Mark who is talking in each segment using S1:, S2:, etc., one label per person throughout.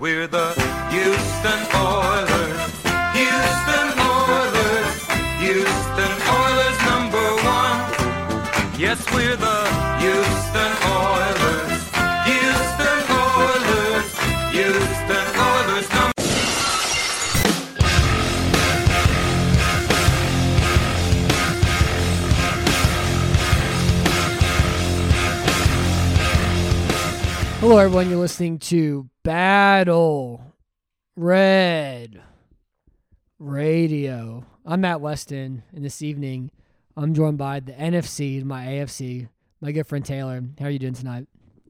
S1: We're the Houston Oilers. Houston Oilers. Houston Oilers number one. Yes, we're the Houston Oilers. Houston Oilers. Houston Oilers number
S2: Hello, everyone. You're listening to Battle Red Radio. I'm Matt Weston, and this evening I'm joined by the NFC and my AFC, my good friend Taylor. How are you doing tonight?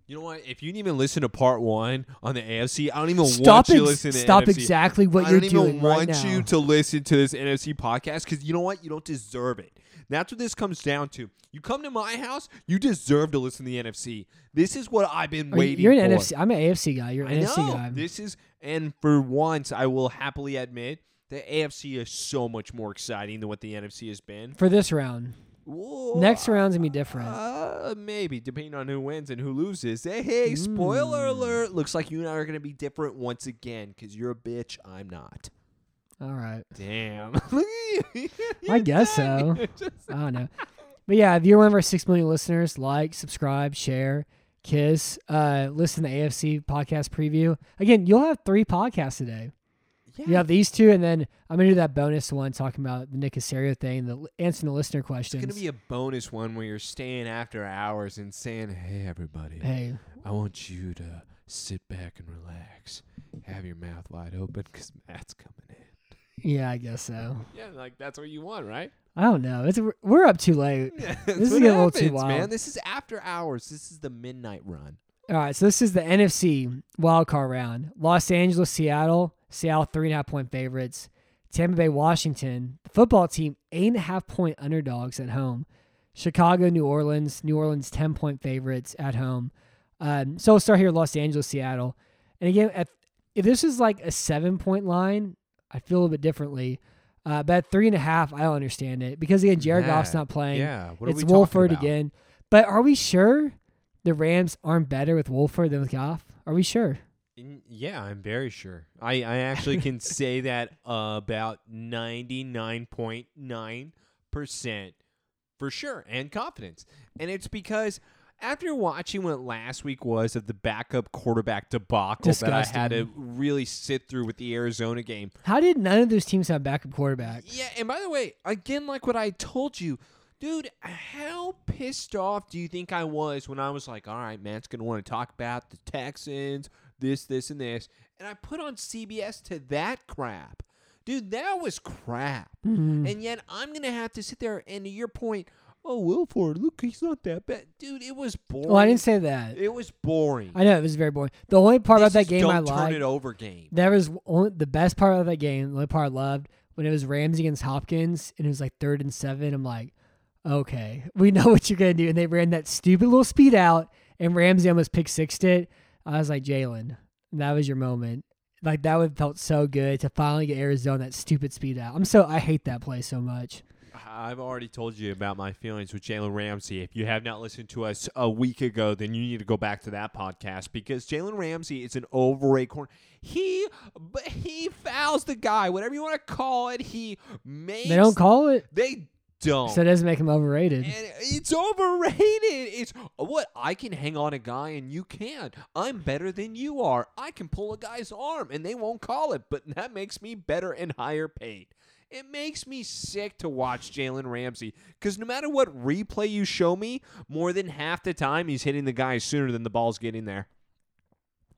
S3: You know what? If you didn't even listen to part one on the AFC, I don't even
S2: Stop
S3: want you to
S2: ex-
S3: listen to
S2: stop
S3: NFC.
S2: exactly what
S3: I
S2: you're
S3: don't even
S2: doing right
S3: want
S2: now.
S3: you to listen to this NFC podcast because you know what? You don't deserve it. That's what this comes down to. You come to my house, you deserve to listen to the NFC. This is what I've been
S2: Are you-
S3: waiting
S2: You're
S3: for.
S2: an NFC. I'm an AFC guy. You're an
S3: I
S2: NFC
S3: know.
S2: guy.
S3: This is, and for once, I will happily admit the AFC is so much more exciting than what the NFC has been.
S2: For this round, next round's gonna be different.
S3: Uh, maybe depending on who wins and who loses. Hey, hey! Spoiler alert! Looks like you and I are gonna be different once again because you're a bitch. I'm not.
S2: All right.
S3: Damn. Look at you.
S2: I guess so. I don't know. But yeah, if you're one of our six million listeners, like, subscribe, share, kiss, uh, listen to AFC podcast preview. Again, you'll have three podcasts today. You
S3: Yeah,
S2: have these two, and then I'm gonna do that bonus one talking about the Nick Casario thing, the answering the listener
S3: it's
S2: questions.
S3: gonna be a bonus one where you're staying after hours and saying, "Hey, everybody,
S2: hey,
S3: I want you to sit back and relax, have your mouth wide open because Matt's coming in."
S2: yeah, I guess so.
S3: Yeah, like that's what you want, right?
S2: I don't know. It's we're up too late.
S3: this
S2: is getting a little too wild.
S3: man. This is after hours. This is the midnight run.
S2: All right, so this is the NFC wildcard round. Los Angeles, Seattle, Seattle three and a half point favorites. Tampa Bay, Washington, the football team eight and a half point underdogs at home. Chicago, New Orleans, New Orleans ten point favorites at home. Um, so we'll start here, Los Angeles, Seattle, and again, at, if this is like a seven point line, I feel a little bit differently. Uh, but at three and a half, I don't understand it because again, Jared Goff's
S3: Yeah,
S2: not playing
S3: Yeah, what are
S2: it's
S3: we talking
S2: Wolford
S3: about?
S2: again. But are we sure the Rams aren't better with Wolford than with Goff? Are we sure?
S3: N- Yeah, I'm very sure. I, I actually can say that about 99.9% for sure and confidence. And it's because after watching what last week was of the backup quarterback debacle that I had to
S2: Disgusting.
S3: really sit through with the Arizona game,
S2: How did none of those teams have backup quarterback?
S3: yeah, and by the way, again, like what I told you, dude, how pissed off do you think I was when I was like, all right, Matt's going to want to talk about the Texans, this, this, and this. And I put on CBS to that crap. Dude, that was crap.
S2: Mm-hmm.
S3: And yet I'm going to have to sit there and to your point, oh, Wilford, look, he's not that bad. Dude, it was boring.
S2: Well, I didn't say that.
S3: It was boring.
S2: I know it was very boring. The only part
S3: This
S2: about that
S3: is
S2: game
S3: don't
S2: I
S3: turn it
S2: liked,
S3: over game.
S2: that was only, the best part of that game. The only part I loved when it was Rams against Hopkins, and it was like third and seven. I'm like, okay, we know what you're gonna do. And they ran that stupid little speed out, and Ramsey almost pick sixed it. I was like, Jalen, that was your moment. Like that would have felt so good to finally get Arizona that stupid speed out. I'm so I hate that play so much.
S3: I've already told you about my feelings with Jalen Ramsey. If you have not listened to us a week ago, then you need to go back to that podcast because Jalen Ramsey is an overrated corner. He but he fouls the guy, whatever you want to call it. He makes
S2: They don't call it,
S3: They don't.
S2: so it doesn't make him overrated.
S3: and it's overrated. It's what I can hang on a guy and you can't. I'm better than you are. I can pull a guy's arm and they won't call it, but that makes me better and higher paid. It makes me sick to watch Jalen Ramsey because no matter what replay you show me, more than half the time he's hitting the guy sooner than the ball's getting there.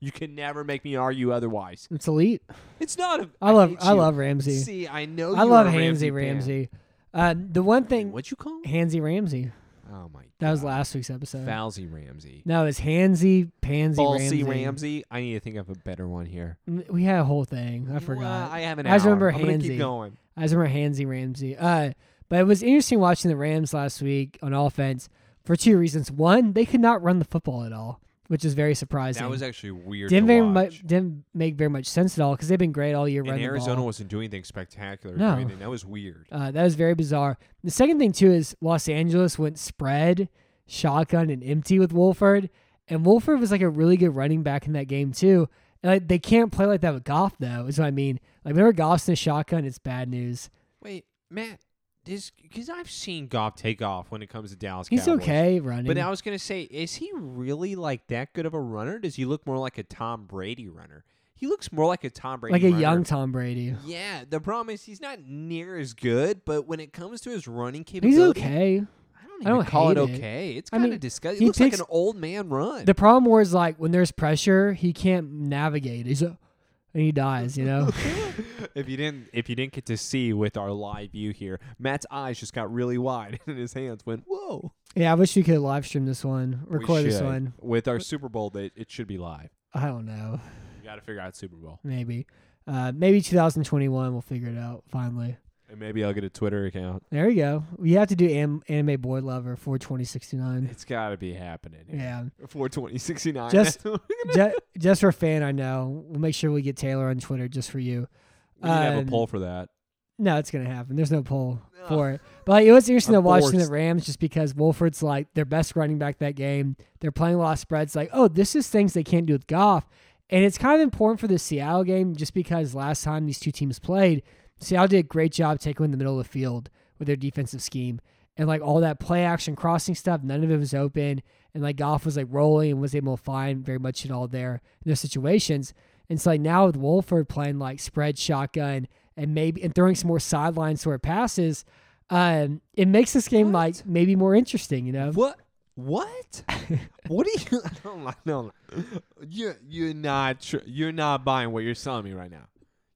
S3: You can never make me argue otherwise.
S2: It's elite.
S3: It's not. A,
S2: I love
S3: hate
S2: I
S3: you.
S2: love Ramsey.
S3: See, I know.
S2: I
S3: Oh, you
S2: love
S3: are a
S2: Hansy
S3: fan.
S2: Ramsey. Um, the one thing,
S3: What'd you call? Him?
S2: Hansy Ramsey.
S3: Oh my.
S2: That was
S3: God.
S2: last week's episode.
S3: Fousey Ramsey.
S2: No, it's Hansy Pansy
S3: Falsey
S2: Ramsey.
S3: Ramsey. I need to think of a better one here.
S2: Mm, We had a whole thing. I forgot.
S3: Well, I have an
S2: I just
S3: hour.
S2: remember
S3: I'm gonna keep
S2: Hansey.
S3: going.
S2: I just remember Hansy Ramsey. Uh, but it was interesting watching the Rams last week on offense for two reasons. One, they could not run the football at all, which is very surprising.
S3: That was actually weird.
S2: didn't
S3: to
S2: very
S3: watch.
S2: much didn't make very much sense at all because they've been great all year
S3: And
S2: running
S3: Arizona
S2: the ball.
S3: wasn't doing anything spectacular.
S2: No.
S3: or anything. That was weird.
S2: Uh, that was very bizarre. The second thing too is Los Angeles went spread, shotgun, and empty with Wolford, and Wolford was like a really good running back in that game too. And like, they can't play like that with Goff though. Is what I mean. Like whenever Goff's in a shotgun, it's bad news.
S3: Wait, Matt, this because I've seen Goff take off when it comes to Dallas.
S2: He's
S3: Cowboys.
S2: okay running.
S3: But I was gonna say, is he really like that good of a runner? Does he look more like a Tom Brady runner? He looks more like a Tom Brady,
S2: like a
S3: runner.
S2: young Tom Brady.
S3: Yeah, the problem is he's not near as good. But when it comes to his running
S2: He's
S3: capability,
S2: okay.
S3: I don't even
S2: I don't
S3: call it
S2: hate it.
S3: okay. It's
S2: I
S3: kind
S2: mean,
S3: of disgusting.
S2: he
S3: It looks
S2: takes-
S3: like an old man run.
S2: The problem was like when there's pressure, he can't navigate. He's a, and he dies. You know.
S3: if you didn't, if you didn't get to see with our live view here, Matt's eyes just got really wide and his hands went whoa.
S2: yeah, I wish we could live stream this one,
S3: We
S2: record this
S3: should.
S2: one.
S3: with our Super Bowl. That it should be live.
S2: I don't know.
S3: You got to figure out Super Bowl,
S2: Maybe, uh, maybe 2021. We'll figure it out finally.
S3: and maybe I'll get a Twitter account.
S2: There you go. We have to do am- anime boy lover for 2069.
S3: It's got to be happening.
S2: Yeah.
S3: 420, 69.
S2: Just-
S3: we
S2: just, just for a fan, I know. We'll make sure we get Taylor on Twitter just for you.
S3: need to have
S2: Um,
S3: a poll for that.
S2: No, it's gonna happen. There's no poll for it. But like, it was interesting to
S3: I'm
S2: watch the
S3: forced.
S2: Rams just because Wolford's like their best running back that game. They're playing a lot of spreads. Like, oh, this is things they can't do with Goff, and it's kind of important for the Seattle game just because last time these two teams played, Seattle did a great job taking in the middle of the field with their defensive scheme and like all that play action crossing stuff. None of it was open, and like Goff was like rolling and was able to find very much at all there in those situations. And so like now with Wolford playing like spread shotgun and maybe and throwing some more sideline sort of passes, um, it makes this game
S3: What?
S2: like maybe more interesting. You know,
S3: What? What? what are you? No, no, no. You you're not tr- you're not buying what you're selling me right now.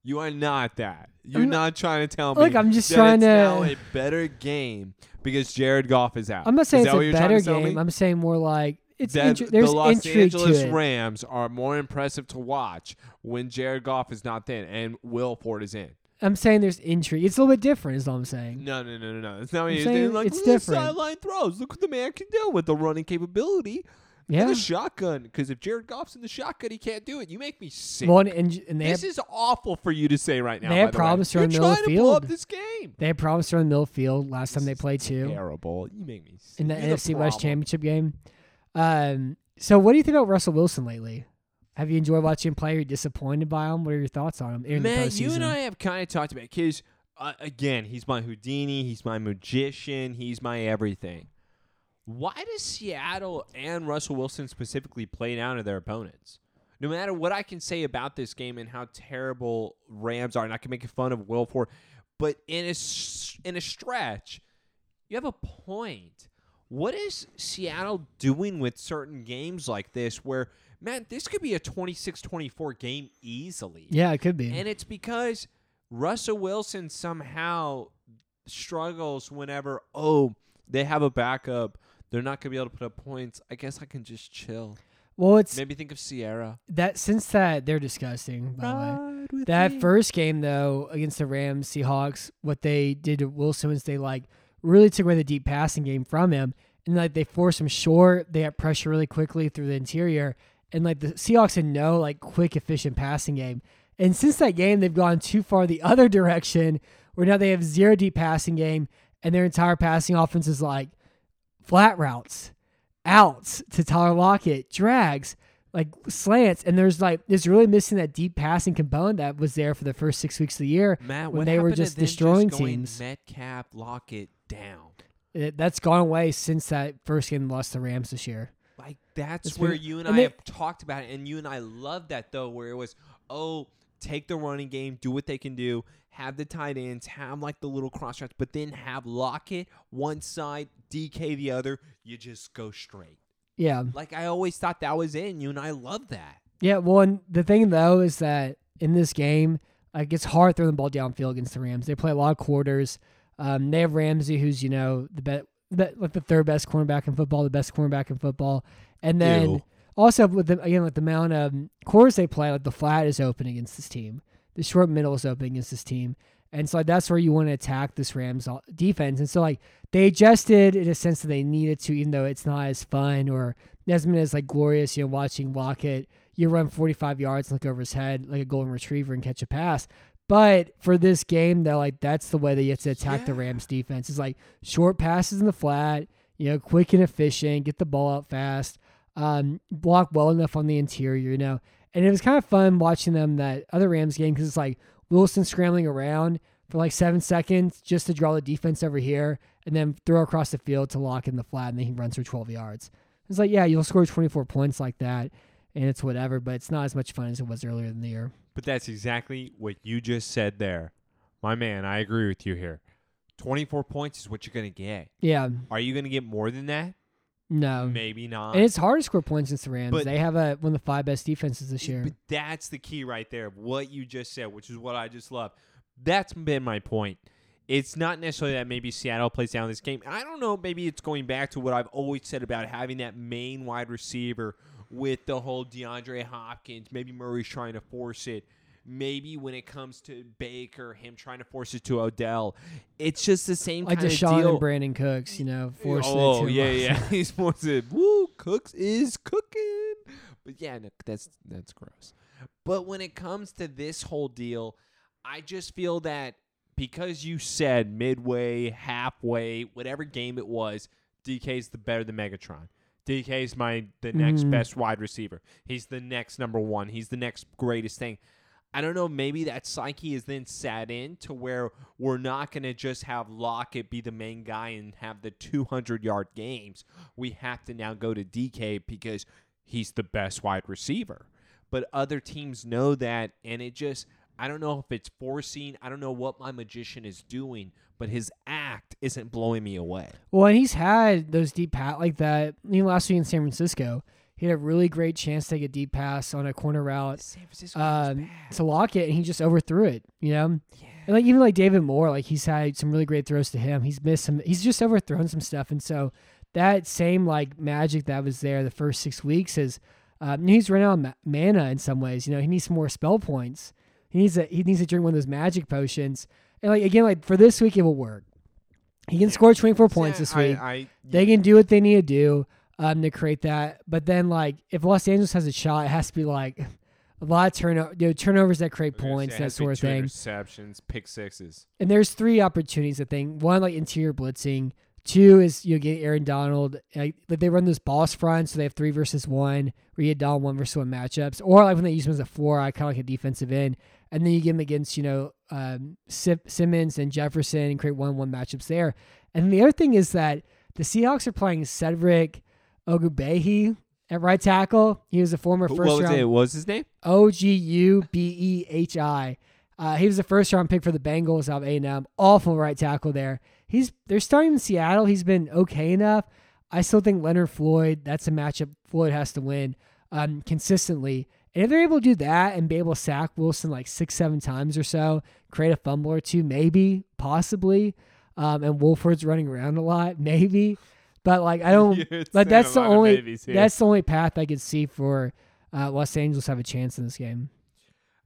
S3: You are not that. You're
S2: I'm
S3: not, trying to tell me.
S2: Look, I'm just
S3: that
S2: trying
S3: it's
S2: to-
S3: now a better game because Jared Goff is out.
S2: I'm not saying
S3: Is that what
S2: it's a
S3: you're trying
S2: better
S3: to sell me?
S2: game. I'm saying more like it's
S3: that
S2: intri- there's
S3: the Los
S2: intrigue
S3: Angeles
S2: to it.
S3: Rams are more impressive to watch when Jared Goff is not in and Will Ford is in.
S2: I'm saying there's intrigue. It's a little bit different. Is all I'm saying.
S3: No, no, no, no, no. It's not what
S2: I'm
S3: you're
S2: saying
S3: doing. Like,
S2: it's
S3: look at the
S2: different.
S3: sideline throws. Look what the man can do with the running capability and
S2: Yeah.
S3: the shotgun. Because if Jared Goff's in the shotgun, he can't do it. You make me sick.
S2: Well, and, and, and they
S3: this
S2: have,
S3: is awful for you to say right now.
S2: They have
S3: by the
S2: problems
S3: way.
S2: throwing
S3: You're
S2: middle
S3: trying
S2: of
S3: to blow up
S2: field.
S3: this game.
S2: they had problems throwing middle field last time
S3: This
S2: they
S3: is
S2: played too.
S3: Terrible. You make me sick.
S2: in the
S3: You're
S2: NFC West
S3: problem.
S2: Championship game. Um, so what do you think about Russell Wilson lately? Have you enjoyed watching him play? Are you disappointed by him? What are your thoughts on him in the
S3: Man,
S2: postseason?
S3: you and I have kind of talked about because uh, again, he's my Houdini, he's my magician, he's my everything. Why does Seattle and Russell Wilson specifically play down to their opponents? No matter what I can say about this game and how terrible Rams are, and I can make fun of Will for, but in a s- in a stretch, you have a point. What is Seattle doing with certain games like this where, man, this could be a 26 24 game easily?
S2: yeah, it could be.
S3: And it's because Russell Wilson somehow struggles whenever, oh, they have a backup. They're not going to be able to put up points. I guess I can just chill.
S2: well, it's
S3: Maybe think of Sierra.
S2: that since that they're disgusting. By the way.
S3: Ride with
S2: That
S3: me.
S2: first game though against the Rams, Seahawks, what they did to Wilson is they like really took away the deep passing game from him, and like they forced him short. They got pressure really quickly through the interior, and like the Seahawks had no like quick efficient passing game. And since that game, they've gone too far the other direction, where now they have zero deep passing game, and their entire passing offense is like flat routes, outs to Tyler Lockett, drags, like slants, and there's like it's really missing that deep passing component that was there for the first six weeks of the year
S3: Matt,
S2: when
S3: what
S2: they were
S3: happened to
S2: just
S3: them
S2: destroying
S3: going
S2: teams.
S3: Metcalf, Lockett down.
S2: It- that's gone away since that first game lost to the Rams this year.
S3: Like that's
S2: It's
S3: where
S2: been-
S3: you and,
S2: and
S3: I
S2: they-
S3: have talked about it, and you and I love that though, where it was, oh, take the running game, do what they can do, have the tight ends, have like the little cross routes, but then have Lockett one side, DK the other. You just go straight.
S2: Yeah,
S3: Like I always thought that was in you, and I love that.
S2: yeah. Well, and the thing though is that in this game, like it's hard throwing the ball downfield against the Rams. They play a lot of quarters. Um, they have Ramsey, who's you know the bet, bet like the third best cornerback in football, the best cornerback in football, and then.
S3: Ew.
S2: Also, with the again, like the amount of quarters they play, like the flat is open against this team, the short middle is open against this team, and so like, that's where you want to attack this Rams o- defense. And so like they adjusted in a sense that they needed to, even though it's not as fun or as as like glorious. You know, watching Lockett, you run forty five yards and look over his head like a golden retriever and catch a pass. But for this game, though, like that's the way that you have to attack the
S3: Yeah.
S2: Rams defense. It's like short passes in the flat, you know, quick and efficient, get the ball out fast um, block well enough on the interior, you know. And it was kind of fun watching them that other Rams game because it's like Wilson scrambling around for like seven seconds just to draw the defense over here and then throw across the field to lock in the flat and then he runs for 12 yards. It's like, yeah, you'll score 24 points like that and it's whatever, but it's not as much fun as it was earlier in the year.
S3: But that's exactly what you just said there. My man, I agree with you here. 24 points is what you're going to get.
S2: Yeah,
S3: Are you going to get more than that?
S2: no.
S3: Maybe not.
S2: And it's hard to score points against the Rams.
S3: But-
S2: they have a, one of the five best defenses this year.
S3: But that's the key right there. What you just said, which is what I just love. That's been my point. It's not necessarily that maybe Seattle plays down this game. I don't know. Maybe it's going back to what I've always said about having that main wide receiver with the whole DeAndre Hopkins. Maybe Murray's trying to force it. Maybe when it comes to Baker, him trying to force it to Odell. It's just the same
S2: like
S3: kind
S2: Deshaun
S3: of deal.
S2: and Brandon Cooks, you know, forcing it
S3: Oh
S2: to
S3: yeah,
S2: him.
S3: yeah. He's forcing. it. Woo, Cooks is cooking. But yeah, no, that's that's gross. But when it comes to this whole deal, I just feel that because you said midway, halfway, whatever game it was, DK's the better than Megatron. DK's my the next
S2: Mhm.
S3: best wide receiver. He's the next number one. He's the next greatest thing. I don't know. Maybe that psyche is then sat in to where we're not going to just have Lockett be the main guy and have the 200 yard games. We have to now go to DK because he's the best wide receiver. But other teams know that, and it just, I don't know if it's forcing. I don't know what my magician is doing, but his act isn't blowing me away.
S2: Well, and he's had those deep pass like that. You know, last week in San Francisco, he had a really great chance to take a deep pass on a corner route
S3: San Francisco
S2: um, to lock it, and he just overthrew it. You know, and like even like David Moore, like he's had some really great throws to him. He's missed some. He's just overthrown some stuff, and so that same like magic that was there the first six weeks is um, he's run out of ma- mana in some ways. You know, he needs some more spell points. He needs to he needs to drink one of those magic potions. And like again, like for this week, it will work. He can score twenty four points this week. They can do what they need to do um, to create that. But then, like, if Los Angeles has a shot, it has to be like a lot of turnover, you know, turnovers that create points, that sort of thing.
S3: Interceptions, pick sixes.
S2: And there's three opportunities. I think one, like interior blitzing. Two is you know, get Aaron Donald. Like that they run those boss fronts, so they have three versus one, where you get Donald one versus one matchups, or like when they use him as a four, I kind of like a defensive end, and then you get him against you know um, Sim- Simmons and Jefferson and create one one matchups there. And the other thing is that the Seahawks are playing Cedric Ogubehi at right tackle. He was a former first
S3: what was
S2: round
S3: it? What was his name?
S2: O G U B E H I. Uh, he was the first round pick for the Bengals out of A and M. Awful right tackle there. He's they're starting in Seattle. He's been okay enough. I still think Leonard Floyd. That's a matchup Floyd has to win um, consistently. And if they're able to do that and be able to sack Wilson like six, seven times or so, create a fumble or two, maybe, possibly, um, and Wolford's running around a lot, maybe. But like I don't,
S3: You're saying
S2: like that's
S3: a
S2: the
S3: lot of
S2: only
S3: maybes here.
S2: that's the only path I could see for uh, Los Angeles have a chance in this game.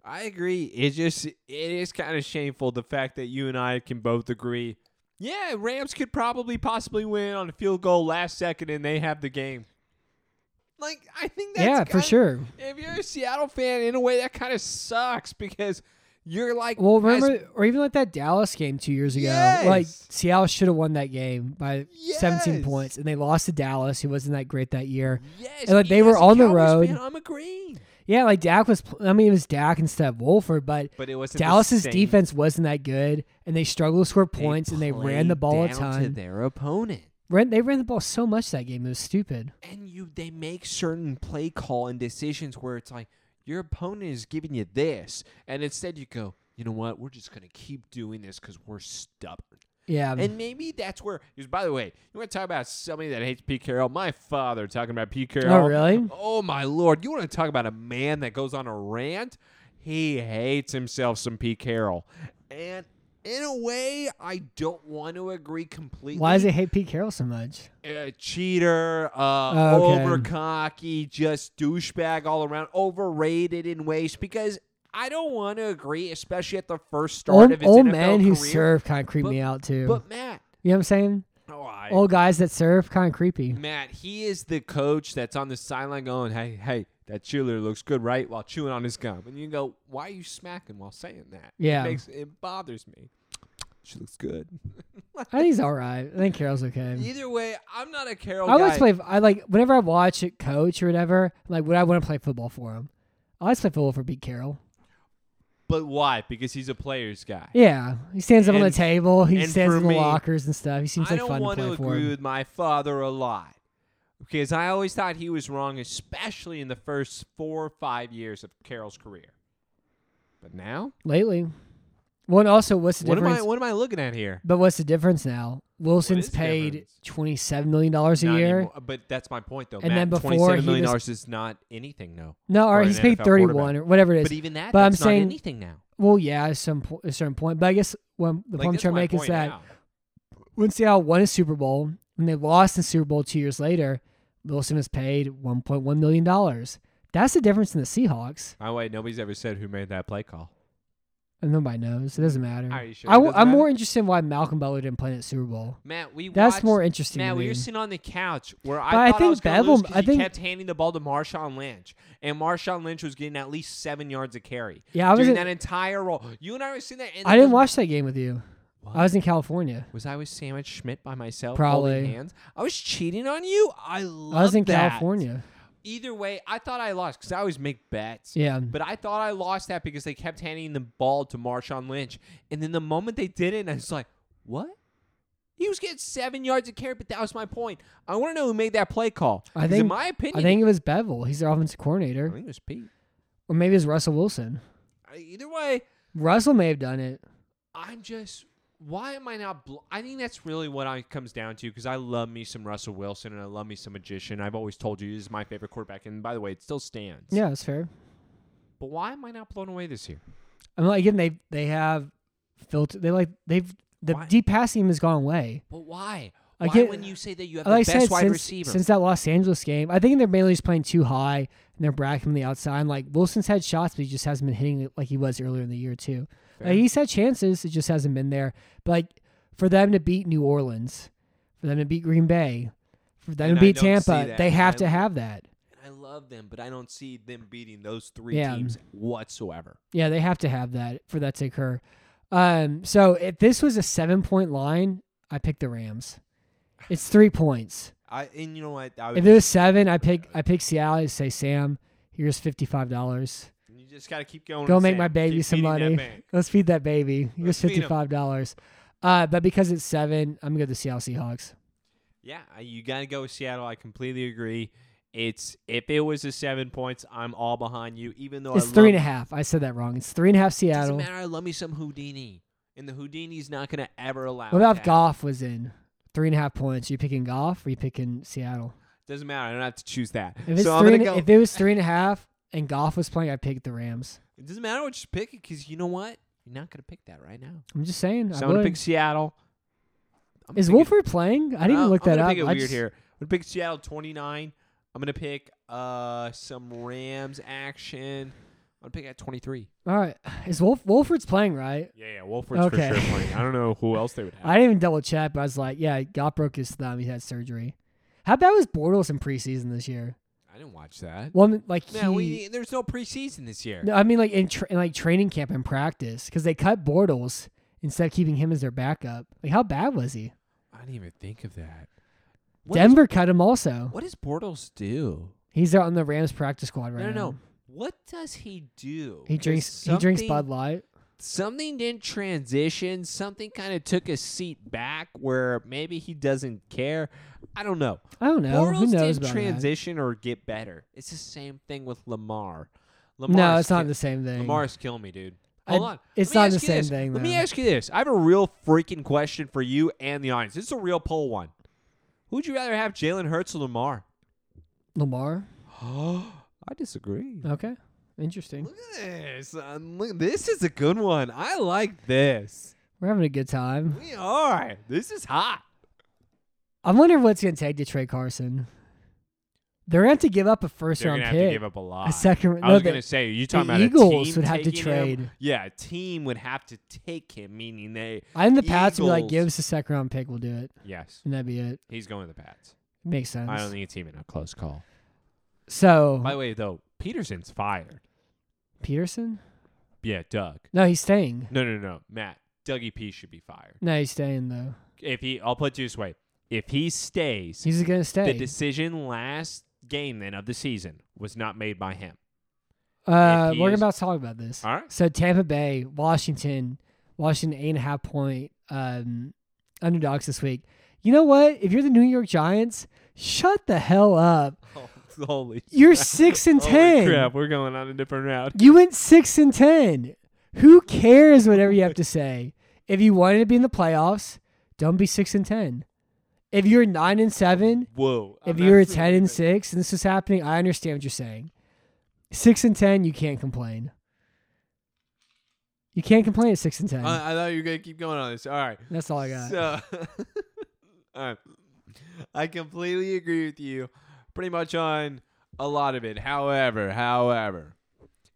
S3: I agree. It's just it is kind of shameful the fact that you and I can both agree. Yeah, Rams could probably possibly win on a field goal last second, and they have the game. Like I think that's
S2: yeah, for
S3: kinda-
S2: sure.
S3: If you're a Seattle fan, in a way, that kind of sucks because you're like,
S2: Well,
S3: as-
S2: remember, or even like that Dallas game two years ago.
S3: Yes.
S2: Like Seattle should have won that game by 17
S3: Yes.
S2: points, and they lost to Dallas, who wasn't that great that year.
S3: yes,
S2: and, like, they
S3: as
S2: were
S3: a
S2: on the
S3: Cowboys
S2: road.
S3: fan, I'm agreeing,
S2: Yeah, like Dak was. pl- I mean, it was Dak instead of Wolford, but
S3: but it was
S2: Dallas's defense wasn't that good, and they struggled to score points, and they ran the ball a
S3: down to
S2: ton.
S3: their opponent.
S2: Ran, they ran the ball so much that game it was stupid.
S3: and you they make certain play call and decisions where it's like your opponent is giving you this and instead you go you know what we're just going to keep doing this because we're stubborn
S2: Yeah,
S3: and maybe that's where because by the way you want to talk about somebody that hates pete carroll my father talking about pete carroll
S2: really?
S3: oh my lord you want to talk about a man that goes on a rant he hates himself some pete carroll and in a way i don't want to agree completely
S2: why does they hate Pete Carroll so much?
S3: a cheater, uh,
S2: Oh, okay.
S3: over cocky, just douchebag all around, overrated in ways because I don't want to agree, especially at the first start of
S2: Old,
S3: his
S2: old
S3: NFL
S2: men who
S3: career.
S2: serve kind of creep
S3: But-
S2: me out too.
S3: But Matt,
S2: you know what I'm saying?
S3: oh, I,
S2: Old guys that serve kind of creepy.
S3: Matt, he is the coach that's on the sideline going, "Hey, hey, that cheerleader looks good, right?" While chewing on his gum, and you go, "Why are you smacking while saying that?"
S2: Yeah.
S3: it, makes, it bothers me. She looks good.
S2: I think he's all right. I think Carroll's okay.
S3: Either way, I'm not a Carol
S2: I always
S3: guy.
S2: play. I like whenever I watch a coach or whatever. Like, would I want to play football for him? I'll just play Phil Wolford beat Carroll.
S3: But why? Because he's a players guy.
S2: Yeah, he stands up on the
S3: And-
S2: table. He
S3: and
S2: stands
S3: for
S2: in the
S3: me,
S2: lockers and stuff. He seems
S3: I
S2: like
S3: don't
S2: fun to
S3: want
S2: play
S3: to
S2: for.
S3: agree with my father a lot because I always thought he was wrong, especially in the first four or five years of Carroll's career. But now,
S2: Lately, well, and also what's the
S3: what am
S2: difference?
S3: I? What am I looking at here?
S2: But what's the difference now? Wilson's
S3: is
S2: paid
S3: difference?
S2: twenty-seven million dollars a
S3: Not
S2: year.
S3: anymore. But that's my point, though.
S2: And
S3: Matt,
S2: then before
S3: twenty-seven
S2: he
S3: million
S2: was-
S3: dollars is not anything, though.
S2: No, all
S3: for
S2: right,
S3: an
S2: he's paid
S3: NFL
S2: thirty-one
S3: quarterback.
S2: or whatever it is.
S3: But even that,
S2: but I'm
S3: that's
S2: saying-
S3: not anything now.
S2: well, yeah, at some po- a certain point. But I guess when the
S3: Like,
S2: point I'm
S3: that's
S2: trying to
S3: my
S2: make is
S3: point
S2: that
S3: now.
S2: when Seattle won a Super Bowl and they lost in Super Bowl two years later, Wilson was paid one point one million dollars. That's the difference in the Seahawks,
S3: By the way, nobody's ever said who made that play call.
S2: and nobody knows. It doesn't matter.
S3: Are you sure
S2: I
S3: it
S2: w-
S3: doesn't
S2: I'm
S3: matter?
S2: more interested in why Malcolm Butler didn't play in that Super Bowl.
S3: Matt, we
S2: That's
S3: watched-
S2: more interesting
S3: Matt,
S2: to
S3: we
S2: me.
S3: were sitting on the couch where I
S2: But I
S3: thought I,
S2: think
S3: was going to
S2: Bevel- I
S3: I
S2: think-
S3: kept handing the ball to Marshawn Lynch, and Marshawn Lynch was getting at least seven yards a carry.
S2: Yeah, I
S3: during
S2: wasn't-
S3: that entire roll. You and I were sitting there. And
S2: I
S3: it
S2: didn't
S3: was-
S2: watch that game with you. I
S3: What?
S2: was in California.
S3: Was I with Sam and Schmidt by myself?
S2: Probably.
S3: holding hands. I was cheating on you. I love
S2: I was in
S3: that.
S2: California.
S3: Either way, I thought I lost because I always make bets.
S2: Yeah.
S3: But I thought I lost that because they kept handing the ball to Marshawn Lynch. And then the moment they did it, I was like, what? He was getting seven yards of carry, but that was my point. I want to know who made that play call.
S2: I
S3: 'Cause
S2: think-
S3: in my opinion,
S2: I think it was Bevel. He's their offensive
S3: I
S2: coordinator,
S3: think it was Pete.
S2: or maybe it was Russell Wilson.
S3: I- Either way,
S2: Russell may have done it.
S3: I'm just. Why am I not? Bl- I think that's really what I comes down to because I love me some Russell Wilson and I love me some magician. I've always told you this is my favorite quarterback, and by the way, it still stands.
S2: Yeah, that's fair.
S3: But why am I not blown away this year?
S2: I mean, again, they they have filtered. They like they've the
S3: Why-
S2: deep passing has gone away.
S3: But why?
S2: I
S3: Why
S2: get-
S3: when you say that you have
S2: Like
S3: the
S2: I
S3: best
S2: said,
S3: wide
S2: since,
S3: receiver?
S2: since that Los Angeles game, I think they're mainly just playing too high and they're bracking from the outside. And like Wilson's had shots, but he just hasn't been hitting it like he was earlier in the year too. Like, he's had chances, it just hasn't been there. But like, for them to beat New Orleans, for them to beat Green Bay, for them
S3: And
S2: to
S3: I
S2: beat
S3: don't see
S2: Tampa,
S3: that,
S2: they have
S3: man.
S2: to have that.
S3: I love them, but I don't see them beating those three
S2: Yeah.
S3: teams whatsoever.
S2: Yeah, they have to have that for that to occur. Um, so if this was a seven point line, I pick the Rams. It's three points.
S3: I and you know what? I
S2: If
S3: would,
S2: it was seven, I pick I pick Seattle. I say Sam, here's fifty five dollars.
S3: you just gotta keep going.
S2: Go
S3: and
S2: make
S3: saying,
S2: my baby
S3: keep
S2: some
S3: feeding that
S2: money.
S3: man.
S2: Let's feed that baby. Here's
S3: Let's feed
S2: fifty
S3: 'em.
S2: five dollars. Uh, but because it's seven, I'm gonna go to Seattle Seahawks.
S3: Yeah, I- you gotta go with Seattle. I completely agree. It's if it was a seven points, I'm all behind you. Even though
S2: It's
S3: Oh, I
S2: three and a
S3: love,
S2: half. I said that wrong. It's three and a half
S3: Doesn't
S2: Seattle.
S3: matter. I love me some Houdini, and the Houdini's not gonna ever allow.
S2: What about if
S3: that.
S2: Goff was in? Three and a half points. Are you picking Goff or are you picking Seattle?
S3: Doesn't matter. I don't have to choose that.
S2: If it's
S3: so I'm
S2: three and,
S3: gonna go.
S2: if it was three and a half and Goff was playing, I'd pick the Rams.
S3: it doesn't matter what you pick because you know what? You're not gonna pick that right now.
S2: I'm just saying.
S3: So
S2: I
S3: I'm gonna
S2: would.
S3: pick Seattle. I'm
S2: Is
S3: picking-
S2: Wolford playing? I didn't even
S3: Uh,
S2: look
S3: I'm
S2: that
S3: gonna
S2: up.
S3: Pick it
S2: I
S3: weird
S2: just-
S3: here. I'm gonna pick Seattle 29. I'm gonna pick uh some Rams action. I'm gonna pick at 23.
S2: All right. Is Wolf Wolford's playing right?
S3: Yeah, yeah, Wolford's
S2: for Okay. sure
S3: playing. I don't know who else they would
S2: I didn't even double check, but I was like, yeah, Goff broke his thumb. He had surgery. How bad was Bortles in preseason this year?
S3: I didn't watch that.
S2: Well, I mean, like he.
S3: No, we, there's no preseason this year.
S2: no, I mean, like in, tra- in like training camp and practice, because they cut Bortles instead of keeping him as their backup. Like, how bad was he?
S3: I didn't even think of that. What does-
S2: Denver cut him also.
S3: what does Bortles do?
S2: He's out on the Rams practice squad right
S3: no, no,
S2: now.
S3: no. What does he do?
S2: He
S3: 'Cause
S2: drinks. He drinks
S3: something-
S2: Bud Light.
S3: something didn't transition. Something kind of took a seat back where maybe he doesn't care. I don't know.
S2: I don't know. Who knows
S3: Bortles didn't
S2: about that?
S3: transition or get better. It's the same thing with Lamar. Lamar
S2: No,
S3: is
S2: it's not
S3: ki-
S2: the same thing.
S3: Lamar's killing me, dude.
S2: I-
S3: Hold on.
S2: it's not
S3: Let me
S2: the
S3: ask you
S2: same
S3: this.
S2: thing,
S3: Let me
S2: though.
S3: ask you this. I have a real freaking question for you and the audience. This is a real poll one. Who'd you rather have, Jalen Hurts or Lamar?
S2: Lamar.
S3: I disagree.
S2: Okay. Interesting.
S3: Look at this. Um, look, this is a good one. I like this.
S2: We're having a good time.
S3: We are. This is hot.
S2: I wonder what's going to take to trade Carson. They're going to have to give up a 1st round pick.
S3: a lot.
S2: a second.
S3: I
S2: no,
S3: was
S2: they-
S3: gonna say you
S2: the
S3: talking about
S2: Eagles
S3: a team
S2: would have to
S3: taking him?
S2: trade.
S3: Yeah, a team would have to take him, meaning they.
S2: I think the Pats would be like,
S3: Eagles.
S2: give us a second round pick, we'll do it,
S3: Yes,
S2: and that'd be it.
S3: he's going to the Pats.
S2: Makes sense.
S3: I don't think a team in a close call.
S2: so
S3: By the way, though, Peterson's fired.
S2: Peterson?
S3: Yeah, Doug.
S2: No, he's staying.
S3: No, no, no, Matt. Dougie P should be fired.
S2: No, he's staying though.
S3: If he, I'll put it this way: if he stays,
S2: He's going to
S3: the
S2: stay.
S3: decision last game then of the season was not made by him.
S2: Uh,
S3: If he
S2: we're
S3: is-
S2: about to talk about this.
S3: All right.
S2: So Tampa Bay, Washington, Washington eight and a half point um, underdogs this week. You know what? If you're the New York Giants, shut the hell up.
S3: Holy
S2: You're six and ten.
S3: crap, Oh, we're going on a different route.
S2: You went six and ten. Who cares whatever you have to say? If you wanted to be in the playoffs, don't be six and ten. If you're nine and seven,
S3: Whoa.
S2: if
S3: I'm
S2: you're a
S3: absolutely
S2: ten and
S3: right.
S2: six and this is happening, I understand what you're saying. Six and ten, you can't complain. You can't complain at six and ten.
S3: I, I thought you were going to keep going on this. All right.
S2: That's all I got.
S3: Uh, So, all right. I completely agree with you pretty much on a lot of it. However, however,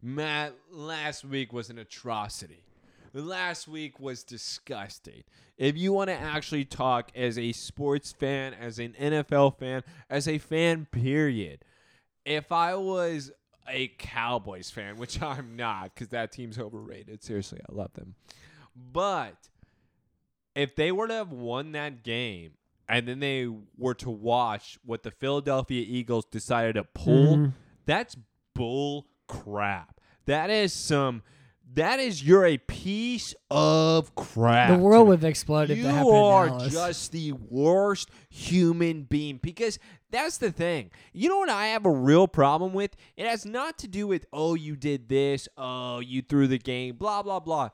S3: Matt, last week was an atrocity. Last week was disgusting. If you want to actually talk as a sports fan, as an NFL fan, as a fan, period, if I was a Cowboys fan, which I'm not because that team's overrated, seriously, I love them. But if they were to have won that game and then they were to watch what the Philadelphia Eagles decided to pull,
S2: Mm-hmm.
S3: that's bull crap. That is some. That is you're a piece of crap.
S2: the world
S3: to me.
S2: would have exploded if
S3: You
S2: that happened
S3: are
S2: in Dallas.
S3: just the worst human being because that's the thing. You know what I have a real problem with? It has not to do with oh you did this, oh you threw the game, blah blah blah.